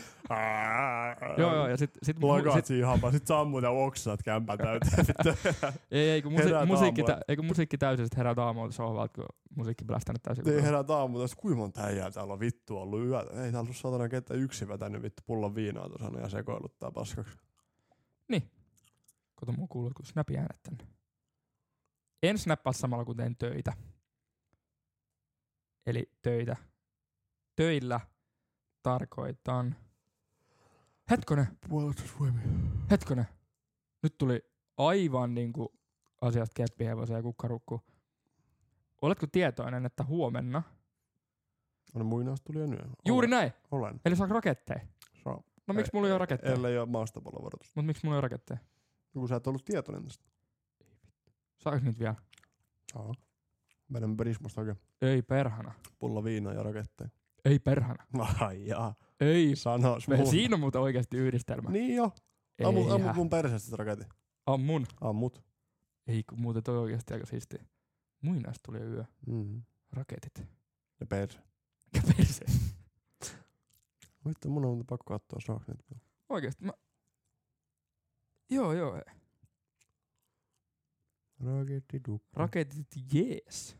[SPEAKER 2] joo joo ja sit, sit, mu- sit
[SPEAKER 3] Lokaat siinä hampaa, sit sammut ja oksat kämpän täyteen. Vittu.
[SPEAKER 2] Ei, ei, kun musi-
[SPEAKER 3] Herää
[SPEAKER 2] musiikki,
[SPEAKER 3] aamulla.
[SPEAKER 2] tä- ei, kun musiikki täysin, sitten herää aamulla sohvalta, kun musiikki blästänyt täysin.
[SPEAKER 3] Ei
[SPEAKER 2] kotona.
[SPEAKER 3] herätä aamulla, että kuinka monta äijää täällä on vittu ollut yötä. Ei täällä ole satana kettä yksi vetänyt vittu pullon viinaa tuossa noin ja sekoiluttaa paskaksi.
[SPEAKER 2] Kato, mun kuuluu, kun snapi äänet tänne. En snappaa samalla, kun teen töitä. Eli töitä. Töillä tarkoitan... Hetkonen,
[SPEAKER 3] Puolustusvoimia.
[SPEAKER 2] hetkonen. Nyt tuli aivan niinku asiasta keppihevosen ja kukkarukku. Oletko tietoinen, että huomenna...
[SPEAKER 3] On muinaista niin, tuli jo nyö.
[SPEAKER 2] Juuri näin!
[SPEAKER 3] Olen.
[SPEAKER 2] Eli saa raketteja.
[SPEAKER 3] Saa.
[SPEAKER 2] No miksi mulla ei ole raketteja?
[SPEAKER 3] Ellei ole maastopallovaroitus.
[SPEAKER 2] Mut miksi mulla ei ole raketteja?
[SPEAKER 3] Kun sä et ollut tietoinen tästä.
[SPEAKER 2] Saanko nyt vielä?
[SPEAKER 3] Joo. Meidän prismasta oikein
[SPEAKER 2] Ei perhana.
[SPEAKER 3] pullo viinaa ja raketteja.
[SPEAKER 2] Ei perhana.
[SPEAKER 3] Ai jaa.
[SPEAKER 2] Ei.
[SPEAKER 3] Sanois
[SPEAKER 2] Me,
[SPEAKER 3] mun.
[SPEAKER 2] siinä on muuten oikeasti yhdistelmä.
[SPEAKER 3] Niin jo. Ammut, ammut
[SPEAKER 2] Eihän.
[SPEAKER 3] mun perseestä se raketti.
[SPEAKER 2] Ammun.
[SPEAKER 3] Ammut.
[SPEAKER 2] Ei kun muuten toi oikeasti aika siisti. Muinais tuli yö.
[SPEAKER 3] Mm.
[SPEAKER 2] Raketit.
[SPEAKER 3] Ja perse.
[SPEAKER 2] Ja perse.
[SPEAKER 3] Vittu, mun on pakko katsoa saaks nyt.
[SPEAKER 2] Oikeesti mä... Joo joo.
[SPEAKER 3] Raketti dukka.
[SPEAKER 2] Raketit jees.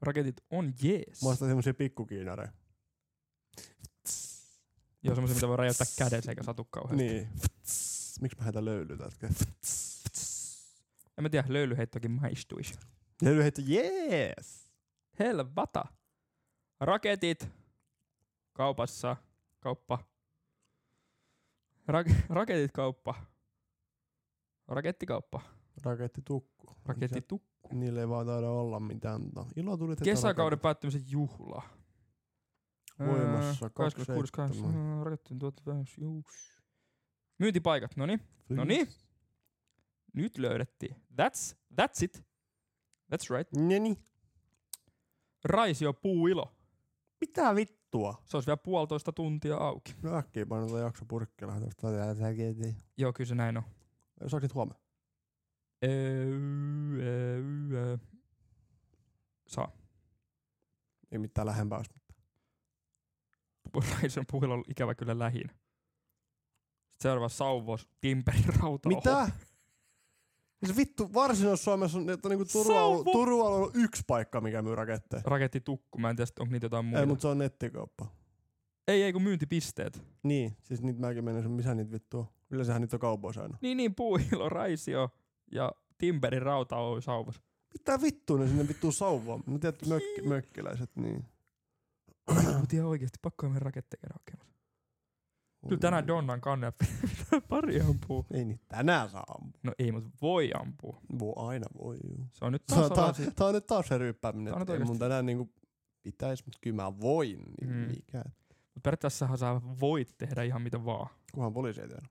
[SPEAKER 2] Raketit on jees.
[SPEAKER 3] Mä ostan semmosia pikkukiinareja.
[SPEAKER 2] Joo semmosia mitä voi räjäyttää kädessä eikä satu kauheasti.
[SPEAKER 3] Niin. Miksi mä heitä löylytä?
[SPEAKER 2] En mä tiedä, löylyheittokin maistuisi.
[SPEAKER 3] Löyly heitto, jees!
[SPEAKER 2] Helvata. Raketit kaupassa. Kauppa. Rak- raketit kauppa. Rakettikauppa.
[SPEAKER 3] Rakettitukku.
[SPEAKER 2] Rakettitukku.
[SPEAKER 3] Niillä ei vaan taida olla mitään. No, ilo tuli tätä
[SPEAKER 2] Kesäkauden päättymisen juhla.
[SPEAKER 3] Voimassa
[SPEAKER 2] Öö, 26.8.
[SPEAKER 3] 27.
[SPEAKER 2] Öö, Rakettien tuottavuus. juus. Myyntipaikat, no niin.
[SPEAKER 3] rakettia.
[SPEAKER 2] No niin. Nyt löydettiin. That's, that's it. That's right.
[SPEAKER 3] Neni.
[SPEAKER 2] Raisio puuilo.
[SPEAKER 3] Mitä vittua?
[SPEAKER 2] Se olisi vielä puolitoista tuntia auki.
[SPEAKER 3] No äkkiä painetaan jakso purkkia lähetä.
[SPEAKER 2] Joo, kyllä se näin on.
[SPEAKER 3] Saaks niitä huomenna?
[SPEAKER 2] Öö, öö, öö. Saa.
[SPEAKER 3] Ei mitään lähempää olisi.
[SPEAKER 2] Raision puuilo on ikävä kyllä lähin. Sitten seuraava sauvos, Timperin rautalo.
[SPEAKER 3] Mitä? Siis vittu, Varsinais-Suomessa on, että niinku Turulla, on,
[SPEAKER 2] Sauvo!
[SPEAKER 3] Turulla on yksi paikka, mikä myy raketteja.
[SPEAKER 2] Rakettitukku, mä en tiedä, sit onko niitä jotain muuta.
[SPEAKER 3] Ei, mutta se on nettikauppa.
[SPEAKER 2] Ei, ei kun myyntipisteet.
[SPEAKER 3] Niin, siis niitä mäkin menen sun, missä niitä vittu on. Yleensähän niitä on kaupoissa aina.
[SPEAKER 2] Niin, niin, Puuhilo, Raisio ja Timberin rauta Oy sauvas.
[SPEAKER 3] Mitä vittu ne sinne vittu sauvaa? No tiedät, mökki, mökkiläiset, niin.
[SPEAKER 2] Mut ihan oikeesti, pakko mennä raketteja käydä hakemassa. Kyllä tänään Donnan kanne pari ampuu.
[SPEAKER 3] Ei niin tänään saa ampua.
[SPEAKER 2] No ei, mut voi ampua.
[SPEAKER 3] Voi aina voi. juu.
[SPEAKER 2] Se on nyt
[SPEAKER 3] Tää on,
[SPEAKER 2] taas
[SPEAKER 3] tää,
[SPEAKER 2] ala-
[SPEAKER 3] tää on nyt taas se
[SPEAKER 2] Tää
[SPEAKER 3] ryyppääminen.
[SPEAKER 2] on nyt
[SPEAKER 3] että Ei mun
[SPEAKER 2] oikeesti.
[SPEAKER 3] tänään niinku pitäis, mut kyllä mä voin. Niin
[SPEAKER 2] Mm.
[SPEAKER 3] mikä.
[SPEAKER 2] Mut periaatteessahan sä voit tehdä ihan mitä vaan.
[SPEAKER 3] Kunhan poliisi ei tiedä.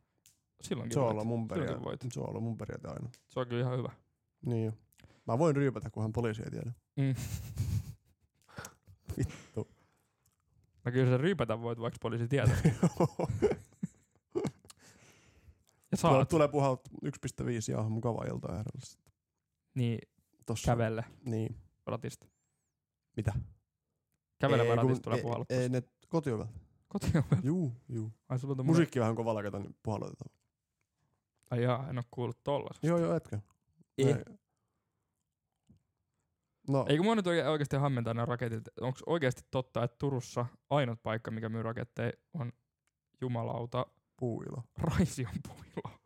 [SPEAKER 2] Silloinkin
[SPEAKER 3] Se on
[SPEAKER 2] voit.
[SPEAKER 3] ollut mun
[SPEAKER 2] Silloinkin
[SPEAKER 3] periaate.
[SPEAKER 2] voit.
[SPEAKER 3] Se on ollut mun periaate aina.
[SPEAKER 2] Se on kyllä ihan hyvä.
[SPEAKER 3] Niin jo. Mä voin ryypätä, kunhan poliisi ei tiedä.
[SPEAKER 2] Mm.
[SPEAKER 3] Vittu.
[SPEAKER 2] No kyllä sä ryypätä voit, vaikka poliisi tietää. Ja
[SPEAKER 3] Tulee,
[SPEAKER 2] saat.
[SPEAKER 3] tulee puhalt 1.5 ja mukava ilta ehdolla. sitten.
[SPEAKER 2] Niin,
[SPEAKER 3] Tossa.
[SPEAKER 2] kävelle
[SPEAKER 3] Niin.
[SPEAKER 2] ratista.
[SPEAKER 3] Mitä? Ei,
[SPEAKER 2] Kävelemään
[SPEAKER 3] kun-
[SPEAKER 2] ratista tulee
[SPEAKER 3] ei-
[SPEAKER 2] puhalla.
[SPEAKER 3] Ei, ne kotiovella.
[SPEAKER 2] Kotiin on
[SPEAKER 3] Juu, juu.
[SPEAKER 2] Ai, sulla on tommonen-
[SPEAKER 3] Musiikki vähän kovalla, kato, niin puhallotetaan.
[SPEAKER 2] Ai jaa, en oo kuullut tollas.
[SPEAKER 3] Joo, joo, etkö?
[SPEAKER 2] Ei.
[SPEAKER 3] Näin. No,
[SPEAKER 2] Eikö mua nyt oike- oikeasti hämmentää nämä raketit? Onko oikeasti totta, että Turussa ainut paikka, mikä myy raketteja, on jumalauta
[SPEAKER 3] puuilo.
[SPEAKER 2] Raision puilo?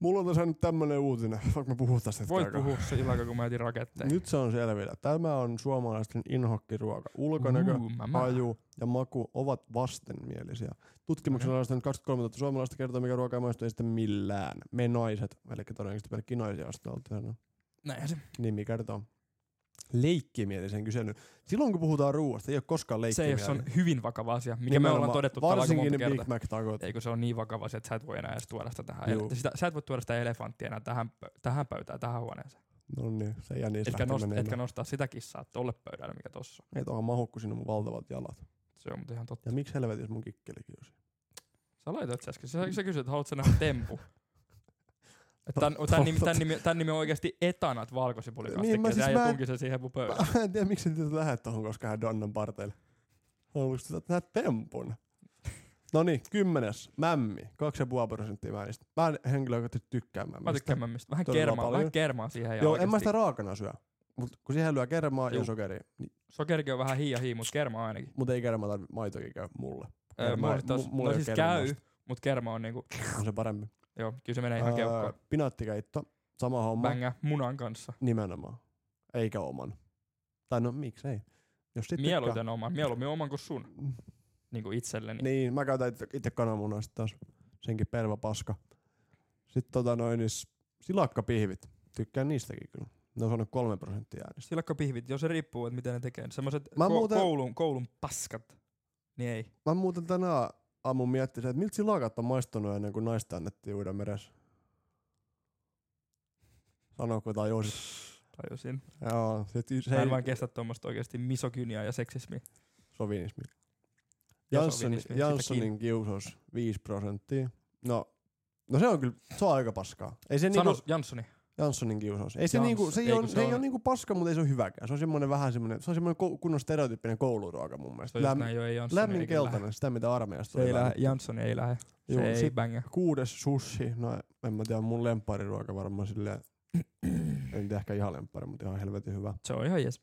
[SPEAKER 3] Mulla on tässä nyt tämmönen uutinen, vaikka me puhuu tästä hetken
[SPEAKER 2] Voit
[SPEAKER 3] aikaa.
[SPEAKER 2] puhua se ilaka, kun mä etin raketteja.
[SPEAKER 3] Nyt se on selvillä. Tämä on suomalaisten inhokkiruoka. Ulkonäkö,
[SPEAKER 2] Uu, mä, mä.
[SPEAKER 3] haju ja maku ovat vastenmielisiä. Tutkimuksella on nostanut 23 000 suomalaista kertoa, mikä ruokaa maistuu ei sitten millään. Me naiset, eli todennäköisesti pelkki naisia ostaa
[SPEAKER 2] Näinhän se.
[SPEAKER 3] Nimi kertoo. Leikkimielisen kyselyn. Silloin kun puhutaan ruoasta, ei ole koskaan
[SPEAKER 2] Se,
[SPEAKER 3] leikkimielinen.
[SPEAKER 2] jos on hyvin vakava asia, mikä me ollaan todettu täällä aika
[SPEAKER 3] Varsinkin
[SPEAKER 2] monta
[SPEAKER 3] ne
[SPEAKER 2] kertaa.
[SPEAKER 3] Big Mac tagot.
[SPEAKER 2] Eikö se ole niin vakava asia, että sä et voi enää edes tuoda sitä tähän.
[SPEAKER 3] Juu.
[SPEAKER 2] Sitä, sä et voi tuoda sitä elefanttia enää tähän, pö- tähän pöytään, tähän huoneeseen.
[SPEAKER 3] No niin, se jää niistä
[SPEAKER 2] Etkä, nost, etkä
[SPEAKER 3] etkä
[SPEAKER 2] nostaa sitä kissaa tolle pöydälle, mikä tossa. on.
[SPEAKER 3] Ei tuohon mahukku sinne mun valtavat jalat.
[SPEAKER 2] Se on muuten ihan totta.
[SPEAKER 3] Ja miksi helvetissä mun kikkelikin on siinä?
[SPEAKER 2] Sä laitoit se äsken. Sä, sä kysyit, että haluatko sä nähdä tempu. Tämän, tämän, nimi, tämän, nimi, tämän nimi on oikeasti etanat valkosipulikastikkeen.
[SPEAKER 3] Niin, mä
[SPEAKER 2] Niin,
[SPEAKER 3] siis
[SPEAKER 2] siis
[SPEAKER 3] mä
[SPEAKER 2] ja
[SPEAKER 3] en-
[SPEAKER 2] tunki sen siihen mun pöydään.
[SPEAKER 3] Mä en tiedä, miksi niitä lähdet tuohon koskaan Donnan parteille. Haluatko sä tehdä tempun? No niin, kymmenes. Mämmi. Kaksi ja puoli prosenttia mämmistä. Mä en henkilökohtaisesti tykkää mämmistä.
[SPEAKER 2] Mä tykkään mämmistä. Vähän
[SPEAKER 3] Todella
[SPEAKER 2] kermaa,
[SPEAKER 3] paljon.
[SPEAKER 2] vähän kermaa siihen. Ja
[SPEAKER 3] Joo,
[SPEAKER 2] oikeasti,
[SPEAKER 3] en mä sitä raakana syö. Mut kun siihen lyö kermaa ja
[SPEAKER 2] Juu.
[SPEAKER 3] sokeria, niin,
[SPEAKER 2] Sokerikin on vähän hii ja hii, mutta kerma ainakin.
[SPEAKER 3] mut ei kermaa tarvi, maitokin käy mulle.
[SPEAKER 2] Öö,
[SPEAKER 3] Kerma-
[SPEAKER 2] mulla sit taas,
[SPEAKER 3] mu- mulla
[SPEAKER 2] mulla
[SPEAKER 3] ei
[SPEAKER 2] no
[SPEAKER 3] oo
[SPEAKER 2] siis käy,
[SPEAKER 3] kermaa.
[SPEAKER 2] mutta kerma on niinku,
[SPEAKER 3] On se parempi.
[SPEAKER 2] joo, kyllä se menee ihan keukkoon.
[SPEAKER 3] Pinaattikäitto. Sama homma.
[SPEAKER 2] Bängä munan kanssa.
[SPEAKER 3] Nimenomaan. Eikä oman. Tai no miksei. Jos sit
[SPEAKER 2] Mieluiten oman, mieluummin oman kuin sun,
[SPEAKER 3] tykkää-
[SPEAKER 2] niinku itselleni.
[SPEAKER 3] Niin, mä käytän itse, itse kananmunaa sit taas. Senkin perva paska. Sitten tota noin, niin s- silakkapihvit. Tykkään niistäkin kyllä. Ne on saanut kolme prosenttia äänistä.
[SPEAKER 2] Silakkapihvit, joo se riippuu, että miten ne tekee. niin Semmoset
[SPEAKER 3] Mä
[SPEAKER 2] ko-
[SPEAKER 3] muuten-
[SPEAKER 2] koulun, koulun paskat, niin ei.
[SPEAKER 3] Mä muuten tänä aamun miettisin, että miltä silakat on maistunut ennen kuin naista annettiin uuden meressä. Sanoiko tai jos.
[SPEAKER 2] Tajusin.
[SPEAKER 3] Joo, sit y- se
[SPEAKER 2] Mä
[SPEAKER 3] ei
[SPEAKER 2] en vaan kestä tuommoista oikeasti misokyniaa ja seksismiä.
[SPEAKER 3] sovinismi. Janssonin,
[SPEAKER 2] Josovinismi,
[SPEAKER 3] Janssonin kiusaus 5 prosenttia. No, no se on kyllä, se on aika paskaa. Ei se
[SPEAKER 2] Sano
[SPEAKER 3] niinku,
[SPEAKER 2] Janssoni.
[SPEAKER 3] Janssonin kiusaus. Ei se,
[SPEAKER 2] Jans-
[SPEAKER 3] niinku, se, ei,
[SPEAKER 2] ei,
[SPEAKER 3] ole,
[SPEAKER 2] kun se
[SPEAKER 3] se ei
[SPEAKER 2] on-
[SPEAKER 3] ole niinku paska, mutta ei se ole hyväkään. Se on semmoinen vähän semmoinen, se on semmoinen ko- kunnon stereotyyppinen kouluruoka mun
[SPEAKER 2] Se
[SPEAKER 3] mielestä.
[SPEAKER 2] on just
[SPEAKER 3] Läm-
[SPEAKER 2] näin, joo, ei Janssoni.
[SPEAKER 3] lämmin
[SPEAKER 2] eikä lähde.
[SPEAKER 3] keltainen, sitä mitä armeijasta
[SPEAKER 2] Se ei
[SPEAKER 3] tulee.
[SPEAKER 2] lähde, Janssoni ei lähde. Se
[SPEAKER 3] Juu,
[SPEAKER 2] ei
[SPEAKER 3] sit
[SPEAKER 2] bängä.
[SPEAKER 3] kuudes sushi, no en mä tiedä, mun lemppariruoka varmaan silleen, en tiedä ehkä ihan lemppari, mutta ihan helvetin hyvä.
[SPEAKER 2] Se on ihan jes.